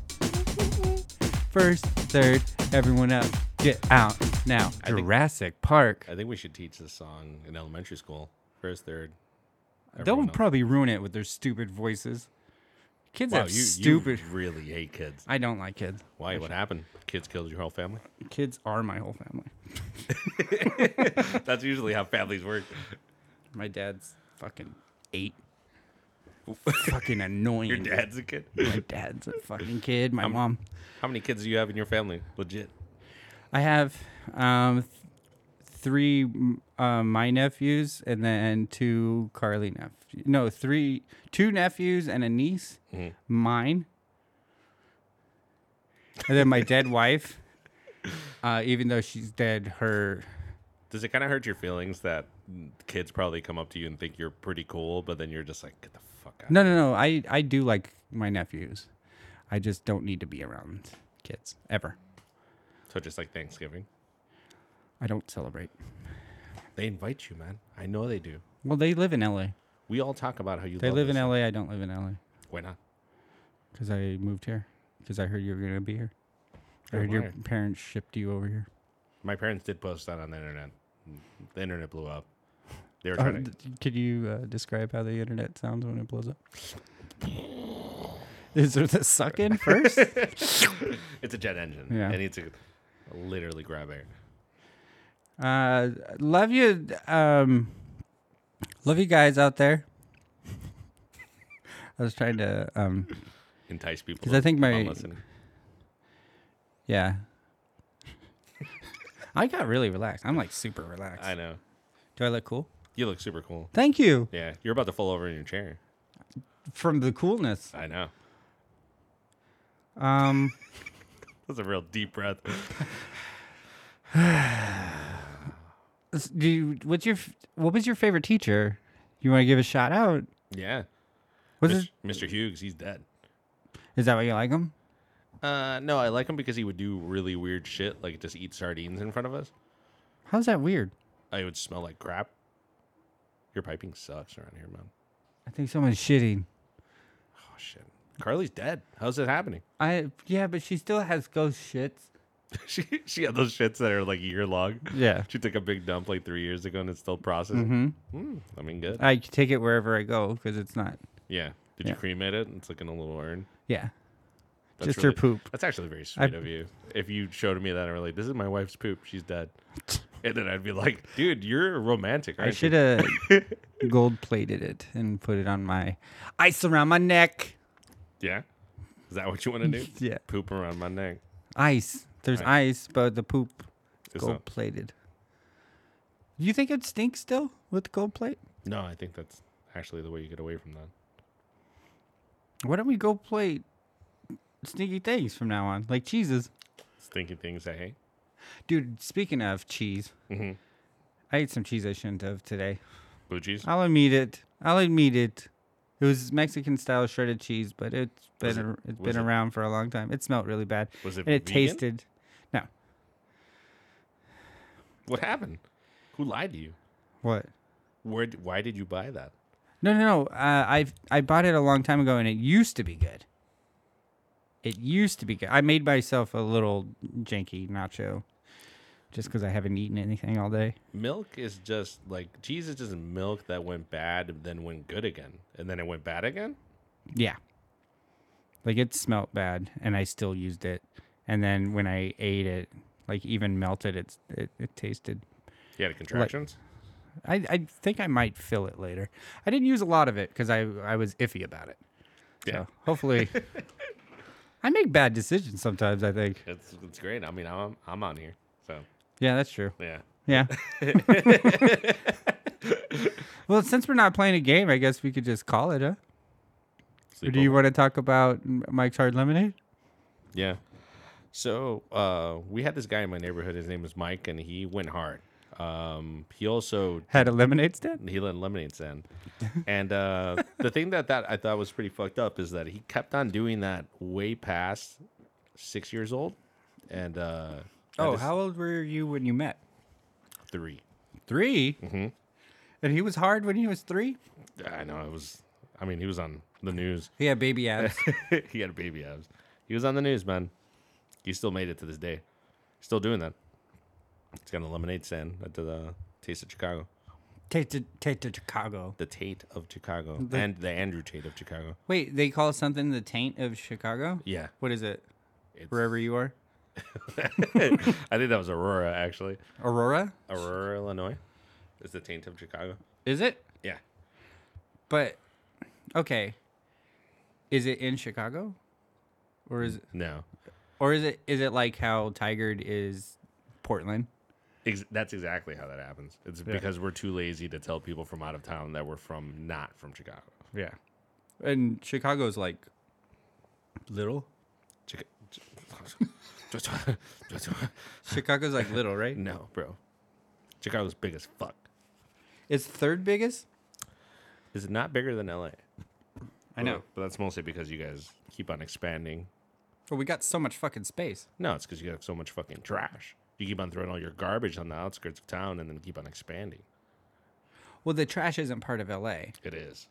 Speaker 3: First, third. Everyone else, get out now.
Speaker 4: think-
Speaker 3: Jurassic Park.
Speaker 4: I think we should teach this song in elementary school. First, third.
Speaker 3: They'll
Speaker 4: everyone else.
Speaker 3: probably ruin it with their stupid voices. Kids
Speaker 4: Wow,
Speaker 3: have
Speaker 4: you, you
Speaker 3: stupid.
Speaker 4: really hate kids.
Speaker 3: I don't like kids.
Speaker 4: Why? What happened? Kids killed your whole family.
Speaker 3: Kids are my whole family.
Speaker 4: [LAUGHS] That's usually how families work.
Speaker 3: My dad's fucking
Speaker 4: [LAUGHS]
Speaker 3: eight. fucking annoying.
Speaker 4: Your dad's a kid.
Speaker 3: My dad's a fucking kid. My mom.
Speaker 4: How many kids do you have in your family? Legit.
Speaker 3: I have um, th- three m- uh, my nephews and then two Carly nephews. No, three, two nephews and a niece.
Speaker 4: Mm-hmm.
Speaker 3: Mine. And then my dead wife. Uh, even though she's dead, her
Speaker 4: Does it kind of hurt your feelings that kids probably come up to you and think you're pretty cool, but then you're just like, get the fuck out?
Speaker 3: No, no, no. I I do like my nephews. I just don't need to be around kids ever.
Speaker 4: So just like Thanksgiving,
Speaker 3: I don't celebrate.
Speaker 4: they invite you, man. I know they do.
Speaker 3: Well, they live in LA.
Speaker 4: We all talk about how you.
Speaker 3: They
Speaker 4: love
Speaker 3: live in
Speaker 4: this.
Speaker 3: LA. I don't live in LA
Speaker 4: Why not?
Speaker 3: because I moved here because I heard you were gonna be here. I
Speaker 4: Oh,
Speaker 3: heard your
Speaker 4: why?
Speaker 3: parents shipped you over here.
Speaker 4: My parents did post that on the internet. The internet blew up. They were
Speaker 3: Oh,
Speaker 4: trying to.
Speaker 3: th- could you uh, describe how the internet sounds when it blows up? [LAUGHS] Is there the suck in
Speaker 4: [LAUGHS]
Speaker 3: first?
Speaker 4: it's a jet engine.
Speaker 3: Yeah.
Speaker 4: It needs to literally grab air.
Speaker 3: Uh, love you, um, love you guys out there. [LAUGHS] I was trying to, um,
Speaker 4: Entice people.
Speaker 3: 'Cause I
Speaker 4: to
Speaker 3: think
Speaker 4: come
Speaker 3: my-
Speaker 4: listen.
Speaker 3: yeah. [LAUGHS] I got really relaxed. I'm like super relaxed.
Speaker 4: I know.
Speaker 3: Do I look cool?
Speaker 4: You look super cool.
Speaker 3: Thank you
Speaker 4: Yeah. You're about to fall over in your chair.
Speaker 3: from the coolness.
Speaker 4: I know.
Speaker 3: Um,
Speaker 4: That's a real deep breath.
Speaker 3: s- do you, what's your f- what was your favorite teacher? You want to give a shout out?
Speaker 4: Yeah.
Speaker 3: Was
Speaker 4: Mis-
Speaker 3: it,
Speaker 4: Mr. Hughes, he's dead.
Speaker 3: is that why you like him?
Speaker 4: Uh, no, I like him because he would do really weird shit, like just eat sardines in front of us.
Speaker 3: How's that weird?
Speaker 4: I would smell like crap. Your piping sucks around here, man.
Speaker 3: I think someone's shitting.
Speaker 4: Oh shit. Carly's dead. How's it happening?
Speaker 3: I yeah, but she still has ghost shits.
Speaker 4: [LAUGHS] she she had those shits that are like year long.
Speaker 3: Yeah. Mm-hmm.
Speaker 4: She took a big dump like three years ago and it's still processing. Hmm, I mean, good.
Speaker 3: I take it wherever I go because it's not.
Speaker 4: yeah. Did you cremate it? It's like in a little urn.
Speaker 3: Yeah.
Speaker 4: That's
Speaker 3: Just her
Speaker 4: really-
Speaker 3: poop.
Speaker 4: That's actually very
Speaker 3: I-
Speaker 4: sweet of you. If you showed me that and were like, "This is my wife's poop.
Speaker 3: [LAUGHS]
Speaker 4: She's dead," and then I'd be like, "Dude, you're romantic."
Speaker 3: I
Speaker 4: aren't
Speaker 3: should
Speaker 4: you?
Speaker 3: have [LAUGHS] gold plated it and put it on my ice around my neck.
Speaker 4: Yeah. Is that what you want to do?
Speaker 3: [LAUGHS] Yeah.
Speaker 4: Poop around my neck.
Speaker 3: Ice. There's ice, but the poop
Speaker 4: It's
Speaker 3: gold
Speaker 4: not-
Speaker 3: plated. Do you think it stinks still with the gold plate?
Speaker 4: No, I think that's actually the way you get away from that.
Speaker 3: Why don't we go plate stinky things from now on, like cheeses?
Speaker 4: Stinking things I hate.
Speaker 3: Dude, speaking of cheese,
Speaker 4: Mhm.
Speaker 3: I ate some cheese I shouldn't have today.
Speaker 4: Blue cheese.
Speaker 3: I'll admit it. I'll admit it. It was Mexican style shredded cheese, but it's
Speaker 4: Was
Speaker 3: been
Speaker 4: it-
Speaker 3: ar- it's
Speaker 4: was
Speaker 3: been
Speaker 4: it-
Speaker 3: around for a long time. It smelled really bad.
Speaker 4: Was it
Speaker 3: And it
Speaker 4: vegan?
Speaker 3: tasted. No.
Speaker 4: What happened? Who lied to you?
Speaker 3: What?
Speaker 4: Where? d- Why did you buy that?
Speaker 3: No, no, no. Uh, I I bought it a long time ago, and it used to be good. It used to be good. I made myself a little janky nacho, just because I haven't eaten anything all day.
Speaker 4: Milk is just like cheese is just milk that went bad and then went good again and then it went bad again.
Speaker 3: Yeah. Like it smelt bad and I still used it. And then when I ate it, like even melted it it, it tasted.
Speaker 4: You had contractions.
Speaker 3: I, I think I might fill it later. I didn't use a lot of it because I, I was iffy about it.
Speaker 4: Yeah.
Speaker 3: So hopefully I make bad decisions sometimes, I think.
Speaker 4: It's it's great. I mean, I'm I'm on here. So
Speaker 3: Yeah, that's true.
Speaker 4: yeah.
Speaker 3: Yeah. well, since we're not playing a game, I guess we could just call it, huh? Or do you
Speaker 4: Sleepover.
Speaker 3: want to talk about Mike's Hard Lemonade?
Speaker 4: Yeah. So uh, we had this guy in my neighborhood. His name was Mike, and he went hard. Um, he also
Speaker 3: Had a lemonade stand?
Speaker 4: he let
Speaker 3: [LAUGHS]
Speaker 4: lemonade stand. and uh, the thing that that I thought was pretty fucked up is that he kept on doing that way past six years old, and uh, I
Speaker 3: Oh,
Speaker 4: just-
Speaker 3: how old were you when you met?
Speaker 4: three.
Speaker 3: 3 Mm-hmm. And he was hard when he was three.
Speaker 4: I know it was. I mean, he was on the news. [LAUGHS]
Speaker 3: He had baby abs.
Speaker 4: he had baby abs. He was on the news, man. He still made it to this day. Still doing that. He's got a lemonade stand at the uh, Taste of Chicago.
Speaker 3: [LAUGHS] take to take to Chicago.
Speaker 4: The Tate of Chicago. and the Andrew Tate of Chicago.
Speaker 3: Wait, they call something the taint of Chicago?
Speaker 4: Yeah.
Speaker 3: What is it?
Speaker 4: It's-
Speaker 3: Wherever you are,
Speaker 4: [LAUGHS] I think that was Aurora, actually.
Speaker 3: Aurora.
Speaker 4: Aurora, Illinois. Is the Taint of Chicago.
Speaker 3: Is it?
Speaker 4: Yeah.
Speaker 3: But okay, is it in Chicago, or is it,
Speaker 4: No.
Speaker 3: or is it is it like how Tigard is Portland?
Speaker 4: Ex- that's exactly how that happens. It's because we're too lazy to tell people from out of town that we're from not from Chicago.
Speaker 3: Yeah, and Chicago's like little.
Speaker 4: Chica-
Speaker 3: Chicago's like little, [LAUGHS] right?
Speaker 4: no, bro. Chicago's big as fuck.
Speaker 3: It's third biggest.
Speaker 4: Is it not bigger than LA?
Speaker 3: I know.
Speaker 4: But that's mostly because you guys keep on expanding.
Speaker 3: But we got so much fucking space.
Speaker 4: No, it's because you got so much fucking trash. You keep on throwing all your garbage on the outskirts of town and then keep on expanding.
Speaker 3: Well, the trash isn't part of LA.
Speaker 4: It is.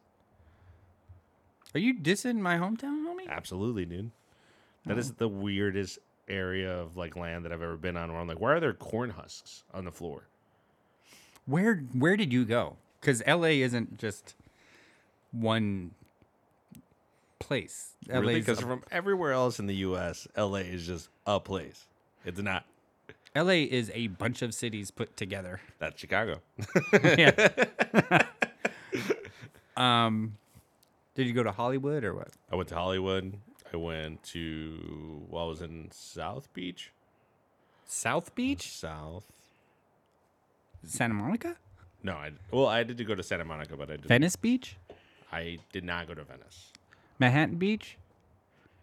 Speaker 3: Are you dissing my hometown, homie?
Speaker 4: Absolutely, dude. That is the weirdest area of like land that I've ever been on where I'm like, why are there corn husks on the floor?
Speaker 3: Where Where did you go? Because LA isn't just one place.
Speaker 4: Really?
Speaker 3: LA's
Speaker 4: Because
Speaker 3: a-
Speaker 4: from everywhere else in the U.S., L.A. is just a place. It's not.
Speaker 3: LA is a bunch of cities put
Speaker 4: [LAUGHS]
Speaker 3: together.
Speaker 4: That's Chicago.
Speaker 3: Yeah.
Speaker 4: [LAUGHS]
Speaker 3: um, did you go to Hollywood or what?
Speaker 4: I went to Hollywood. I went to well, I was in South Beach,
Speaker 3: South Beach,
Speaker 4: South.
Speaker 3: Santa Monica,
Speaker 4: No, I well, I did go to Santa Monica, but I did.
Speaker 3: Venice Beach,
Speaker 4: I did not go to Venice.
Speaker 3: Manhattan Beach,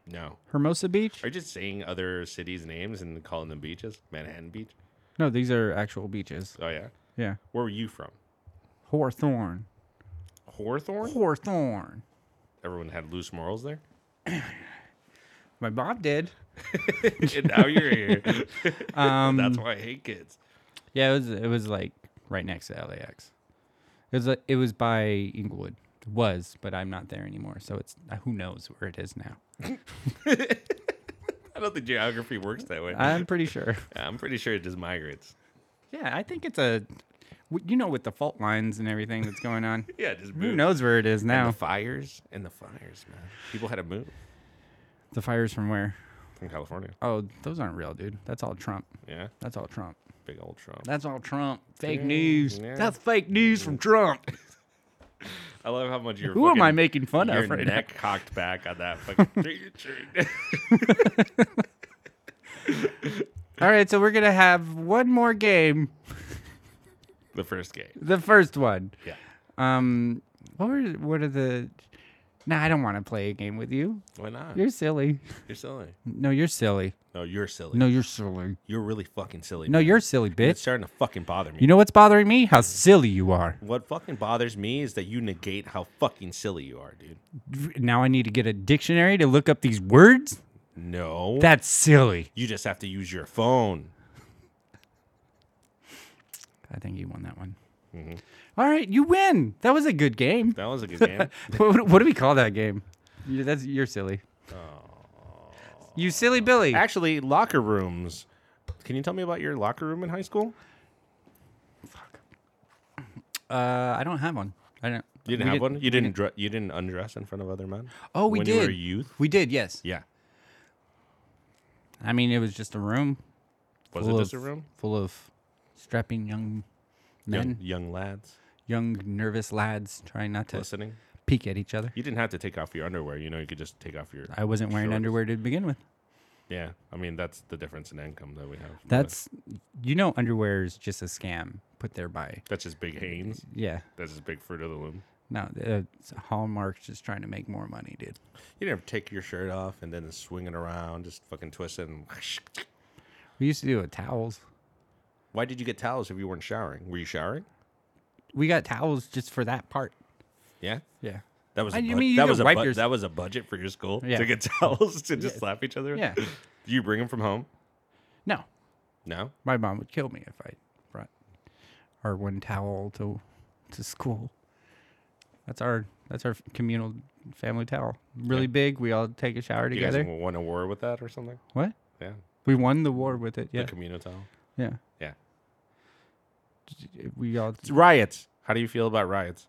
Speaker 4: No.
Speaker 3: Hermosa Beach.
Speaker 4: Are you just saying other cities' names and calling them beaches? Manhattan Beach.
Speaker 3: No, these are actual beaches.
Speaker 4: Oh yeah.
Speaker 3: Yeah,
Speaker 4: Where were you from?
Speaker 3: Hawthorne,
Speaker 4: Hawthorne.
Speaker 3: Hawthorne.
Speaker 4: Everyone had loose
Speaker 3: [LAUGHS]
Speaker 4: morals there.
Speaker 3: My mom did.
Speaker 4: and now you're here.
Speaker 3: [LAUGHS] Um,
Speaker 4: That's why I hate kids.
Speaker 3: Yeah, it was it was like right next to LAX. It was like, it was by Inglewood. It was, but I'm not there anymore, so it's uh, who knows where it is now.
Speaker 4: I don't think geography works that way.
Speaker 3: I'm pretty sure.
Speaker 4: I'm pretty sure it just migrates.
Speaker 3: [LAUGHS] yeah, I think it's a w- you know with the fault lines and everything that's going [LAUGHS] on.
Speaker 4: Yeah, it just moves.
Speaker 3: who knows where it is
Speaker 4: And
Speaker 3: now?
Speaker 4: the fires and the fires, man. People had to move
Speaker 3: the fires from where?
Speaker 4: from California.
Speaker 3: Oh, those aren't real, dude. That's all Trump.
Speaker 4: Yeah,
Speaker 3: That's all Trump.
Speaker 4: big old Trump.
Speaker 3: That's all Trump. Fake
Speaker 4: Yeah,
Speaker 3: news.
Speaker 4: yeah.
Speaker 3: That's fake news from [LAUGHS] Trump.
Speaker 4: I love how much you're.
Speaker 3: Who am I
Speaker 4: fucking-
Speaker 3: making fun
Speaker 4: Your
Speaker 3: of right
Speaker 4: neck cocked back on
Speaker 3: [LAUGHS]
Speaker 4: that fucking picture.
Speaker 3: now? All right, so we're gonna have one more game.
Speaker 4: [LAUGHS] the first game.
Speaker 3: The first one.
Speaker 4: Yeah.
Speaker 3: Um, what were what are the? Nah, I don't want to play a game with you.
Speaker 4: Why not? You're,
Speaker 3: You're silly.
Speaker 4: silly.
Speaker 3: No, you're silly.
Speaker 4: No, you're silly.
Speaker 3: No, you're silly.
Speaker 4: You're really fucking silly.
Speaker 3: No,
Speaker 4: man.
Speaker 3: you're silly,
Speaker 4: It's
Speaker 3: bitch.
Speaker 4: starting to fucking bother me.
Speaker 3: You know what's bothering me? How silly you are.
Speaker 4: what fucking bothers me is that you negate how fucking silly you are, dude.
Speaker 3: Now I need to get a dictionary to look up these words.
Speaker 4: No.
Speaker 3: That's silly.
Speaker 4: you just have to use your phone.
Speaker 3: I think you won that one.
Speaker 4: Mm-hmm.
Speaker 3: All right, you win. That was a good game.
Speaker 4: That was a
Speaker 3: [LAUGHS]
Speaker 4: good game.
Speaker 3: what, what do we call that game? You- That's you're silly. You silly Billy.
Speaker 4: Actually, locker rooms. Can you tell me about your locker room in high school?
Speaker 3: Uh, I don't have one. I don't.
Speaker 4: You didn't
Speaker 3: we
Speaker 4: have
Speaker 3: did-
Speaker 4: one. You didn't. dre- you didn't undress in front of other men.
Speaker 3: Oh, we
Speaker 4: when
Speaker 3: did.
Speaker 4: You were a youth.
Speaker 3: We did. Yes.
Speaker 4: Yeah.
Speaker 3: I mean, it was just a room.
Speaker 4: Was
Speaker 3: full
Speaker 4: it just a
Speaker 3: of-
Speaker 4: room?
Speaker 3: full of strapping young
Speaker 4: Young,
Speaker 3: men,
Speaker 4: young lads
Speaker 3: young, nervous lads trying not to
Speaker 4: listening.
Speaker 3: peek at each other.
Speaker 4: You didn't have to take off your underwear. You know, you could just take off your.
Speaker 3: I wasn't wearing
Speaker 4: Shorts.
Speaker 3: underwear to begin with.
Speaker 4: Yeah, I mean that's the difference in income that we have. but
Speaker 3: That's you know, underwear is just a scam put there by
Speaker 4: that's just big Hanes.
Speaker 3: yeah.
Speaker 4: That's just big Fruit of the Loom.
Speaker 3: No, uh, it's Hallmark's just trying to make more money, dude.
Speaker 4: You didn't have to take your shirt off and then swing it around, just fucking twist it. And [LAUGHS]
Speaker 3: We used to do it with towels.
Speaker 4: Why did you get towels if you weren't showering? Were you showering?
Speaker 3: We got towels just for that part.
Speaker 4: Yeah.
Speaker 3: Yeah.
Speaker 4: That was a
Speaker 3: I
Speaker 4: bu-
Speaker 3: mean, you
Speaker 4: that
Speaker 3: could
Speaker 4: was a
Speaker 3: wipe
Speaker 4: bu-
Speaker 3: your-
Speaker 4: that was a budget for your school
Speaker 3: Yeah.
Speaker 4: to get [LAUGHS] towels to just slap each other. with?
Speaker 3: Yeah.
Speaker 4: Do you bring them from home?
Speaker 3: No,
Speaker 4: No.
Speaker 3: my mom would kill me if I brought our one towel to to school. That's our that's our communal family towel. Really big. We all take a shower
Speaker 4: You
Speaker 3: together.
Speaker 4: guys won a war with that or something?
Speaker 3: What?
Speaker 4: Yeah.
Speaker 3: We won the war with it. Yeah.
Speaker 4: The Camino towel.
Speaker 3: yeah.
Speaker 4: Yeah.
Speaker 3: We all.
Speaker 4: Riots. How do you feel about riots?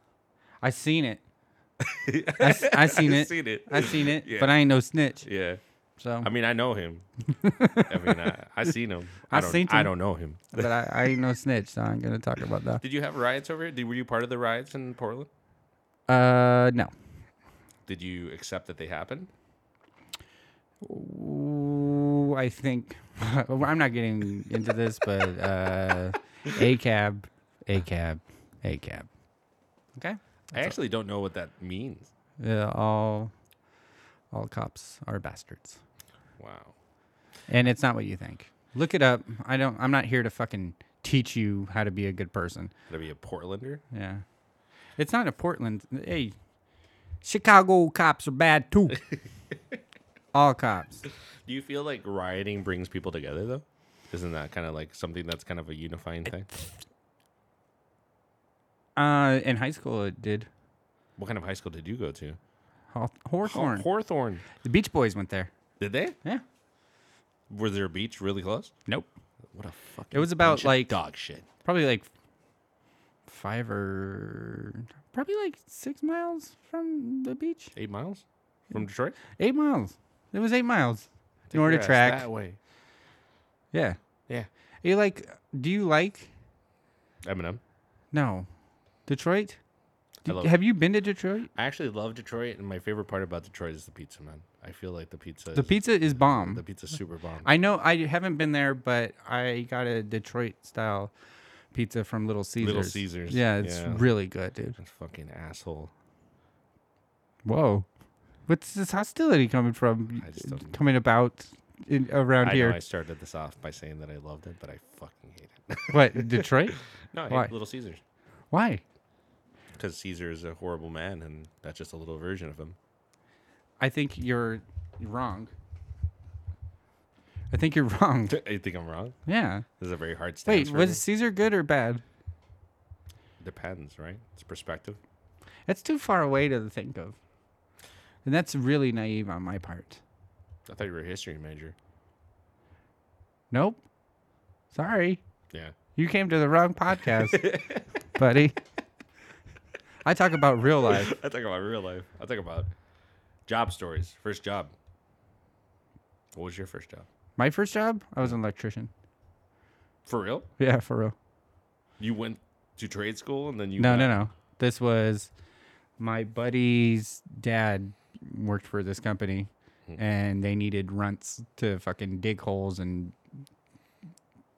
Speaker 3: I seen
Speaker 4: [LAUGHS]
Speaker 3: it. I, s- I seen
Speaker 4: I
Speaker 3: it.
Speaker 4: seen it.
Speaker 3: I seen it.
Speaker 4: [LAUGHS] Yeah.
Speaker 3: But I ain't no snitch.
Speaker 4: Yeah.
Speaker 3: So,
Speaker 4: I mean, I know him. I mean, I, I seen him. I,
Speaker 3: I
Speaker 4: don't,
Speaker 3: seen
Speaker 4: I
Speaker 3: him.
Speaker 4: don't know him.
Speaker 3: but I, I
Speaker 4: [LAUGHS]
Speaker 3: ain't no snitch. So I ain't gonna talk about that.
Speaker 4: Did you have riots over here? Did, were you part of the riots in Portland?
Speaker 3: Uh, no.
Speaker 4: Did you accept that they happened?
Speaker 3: Ooh, I think [LAUGHS] well, I'm not getting into this, but uh, a cab, a cab, a cab. Okay.
Speaker 4: I actually don't know what that means.
Speaker 3: Uh, all, all cops are bastards,
Speaker 4: Wow.
Speaker 3: and it's not what you think. Look it up. I don't. I'm not here to fucking teach you how to be a good person.
Speaker 4: That'd be a Portlander.
Speaker 3: Yeah. It's not a Portland. Hey, Chicago cops are bad [LAUGHS] too. all cops.
Speaker 4: Do you feel like rioting brings people together though? Isn't that kind of like something that's kind of a unifying thing?
Speaker 3: Uh, in high school, it did.
Speaker 4: What kind of high school did you go to? Oh,
Speaker 3: Haw- Hawthorne.
Speaker 4: Hawthorne.
Speaker 3: The Beach Boys went there.
Speaker 4: Did they?
Speaker 3: Yeah.
Speaker 4: Were there a beach really close?
Speaker 3: Nope.
Speaker 4: What a fucking.
Speaker 3: It was about,
Speaker 4: bunch of
Speaker 3: like-
Speaker 4: dog shit.
Speaker 3: Probably like five or probably like six miles from the beach.
Speaker 4: Eight miles From Detroit?
Speaker 3: Eight miles. It was eight miles. in order
Speaker 4: Your
Speaker 3: to
Speaker 4: ass
Speaker 3: track.
Speaker 4: That way.
Speaker 3: Yeah.
Speaker 4: Yeah.
Speaker 3: You like? Do you like?
Speaker 4: Eminem.
Speaker 3: No. Detroit.
Speaker 4: I
Speaker 3: Do-
Speaker 4: love
Speaker 3: have you been to Detroit?
Speaker 4: I actually love Detroit, and my favorite part about Detroit is the pizza, man. I feel like the pizza.
Speaker 3: The
Speaker 4: is,
Speaker 3: pizza is bomb. [LAUGHS]
Speaker 4: The pizza's super bomb.
Speaker 3: I know I haven't been there, but I got a Detroit style pizza from Little Caesars.
Speaker 4: Caesars,
Speaker 3: Yeah, it's
Speaker 4: yeah.
Speaker 3: really good, dude.
Speaker 4: That fucking asshole.
Speaker 3: Whoa, what's this hostility coming from?
Speaker 4: I just don't-
Speaker 3: Coming about in, around
Speaker 4: I
Speaker 3: here?
Speaker 4: know I started this off by saying that I loved it, but I fucking hate it.
Speaker 3: [LAUGHS]
Speaker 4: [LAUGHS]
Speaker 3: What Detroit?
Speaker 4: no, I
Speaker 3: Why?
Speaker 4: hate Little Caesars
Speaker 3: Why?
Speaker 4: because Caesar is a horrible man, and that's just a little version of him. [LAUGHS]
Speaker 3: I think you're you're wrong. I think you're wrong.
Speaker 4: you think I'm wrong?
Speaker 3: Yeah.
Speaker 4: This is a very hard stance.
Speaker 3: Wait,
Speaker 4: for me.
Speaker 3: was Caesar good or bad?
Speaker 4: depends, right? It's perspective.
Speaker 3: That's too far away to think of, and that's really naive on my part.
Speaker 4: I thought you were a history major.
Speaker 3: Nope. Sorry.
Speaker 4: Yeah.
Speaker 3: You came to the wrong
Speaker 4: [LAUGHS]
Speaker 3: podcast, buddy. I talk about real [LAUGHS] life.
Speaker 4: [LAUGHS] I talk about real life. I talk about job stories. First job. What was your first job?
Speaker 3: My first job, I was an electrician.
Speaker 4: For real?
Speaker 3: Yeah, for real.
Speaker 4: You went to trade school and then you
Speaker 3: No,
Speaker 4: got-
Speaker 3: no, no. This was my buddy's dad worked for this company
Speaker 4: Hmm.
Speaker 3: and they needed runts to fucking dig holes and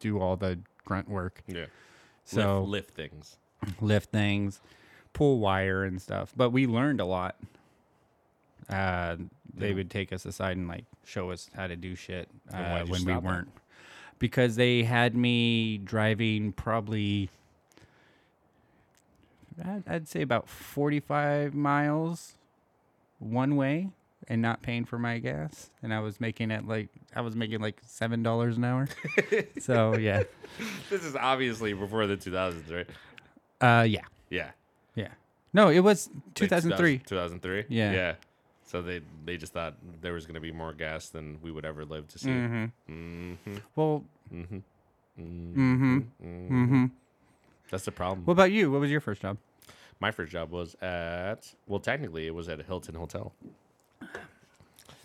Speaker 3: do all the grunt work.
Speaker 4: Yeah.
Speaker 3: So
Speaker 4: lift, lift things.
Speaker 3: lift things, pull wire and stuff. But we learned a lot. Uh, they would take us aside and like show us how to do shit
Speaker 4: And
Speaker 3: uh,
Speaker 4: why'd you
Speaker 3: when we
Speaker 4: stop it?
Speaker 3: weren't, because they had me driving probably. I'd- I'd say about 45 miles one way and not paying for my gas and I was making it like I was making like $7 an
Speaker 4: [LAUGHS]
Speaker 3: hour. so, yeah.
Speaker 4: This is obviously before the 2000s, right?
Speaker 3: Uh yeah.
Speaker 4: Yeah.
Speaker 3: Yeah. No, it was
Speaker 4: Like
Speaker 3: 2003.
Speaker 4: 2003?
Speaker 3: Yeah.
Speaker 4: Yeah. So they they just thought there was going to be more gas than we would ever live to see.
Speaker 3: Mm-hmm. Well,
Speaker 4: That's the problem.
Speaker 3: what about you? What was your first job?
Speaker 4: My first job was at well, technically it was at a Hilton hotel.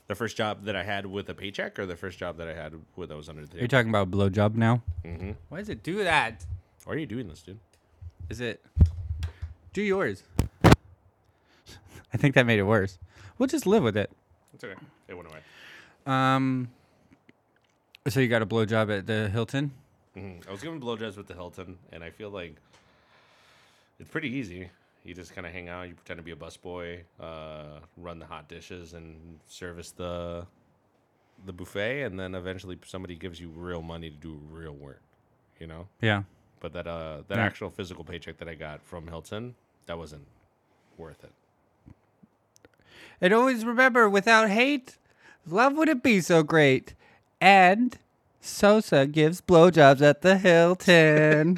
Speaker 4: The first job that I had with a paycheck, or the first job that I had with I was under the
Speaker 3: You're
Speaker 4: table.
Speaker 3: talking about blow job now. Why does it do that?
Speaker 4: Why are you doing this, dude?
Speaker 3: Is it? Do yours. [LAUGHS] I think that made it worse. We'll just live with it.
Speaker 4: It's okay. It went away.
Speaker 3: Um. So you got a blow job at the Hilton?
Speaker 4: I was giving blowjobs with the Hilton, and I feel like it's pretty easy. You just kind of hang out. You pretend to be a busboy, uh, run the hot dishes, and service the the buffet, and then eventually somebody gives you real money to do real work. You know.
Speaker 3: Yeah.
Speaker 4: But that uh that
Speaker 3: Yeah.
Speaker 4: actual physical paycheck that I got from Hilton, that wasn't worth it.
Speaker 3: And always remember, without hate, love wouldn't be so great. And Sosa gives blowjobs at the Hilton.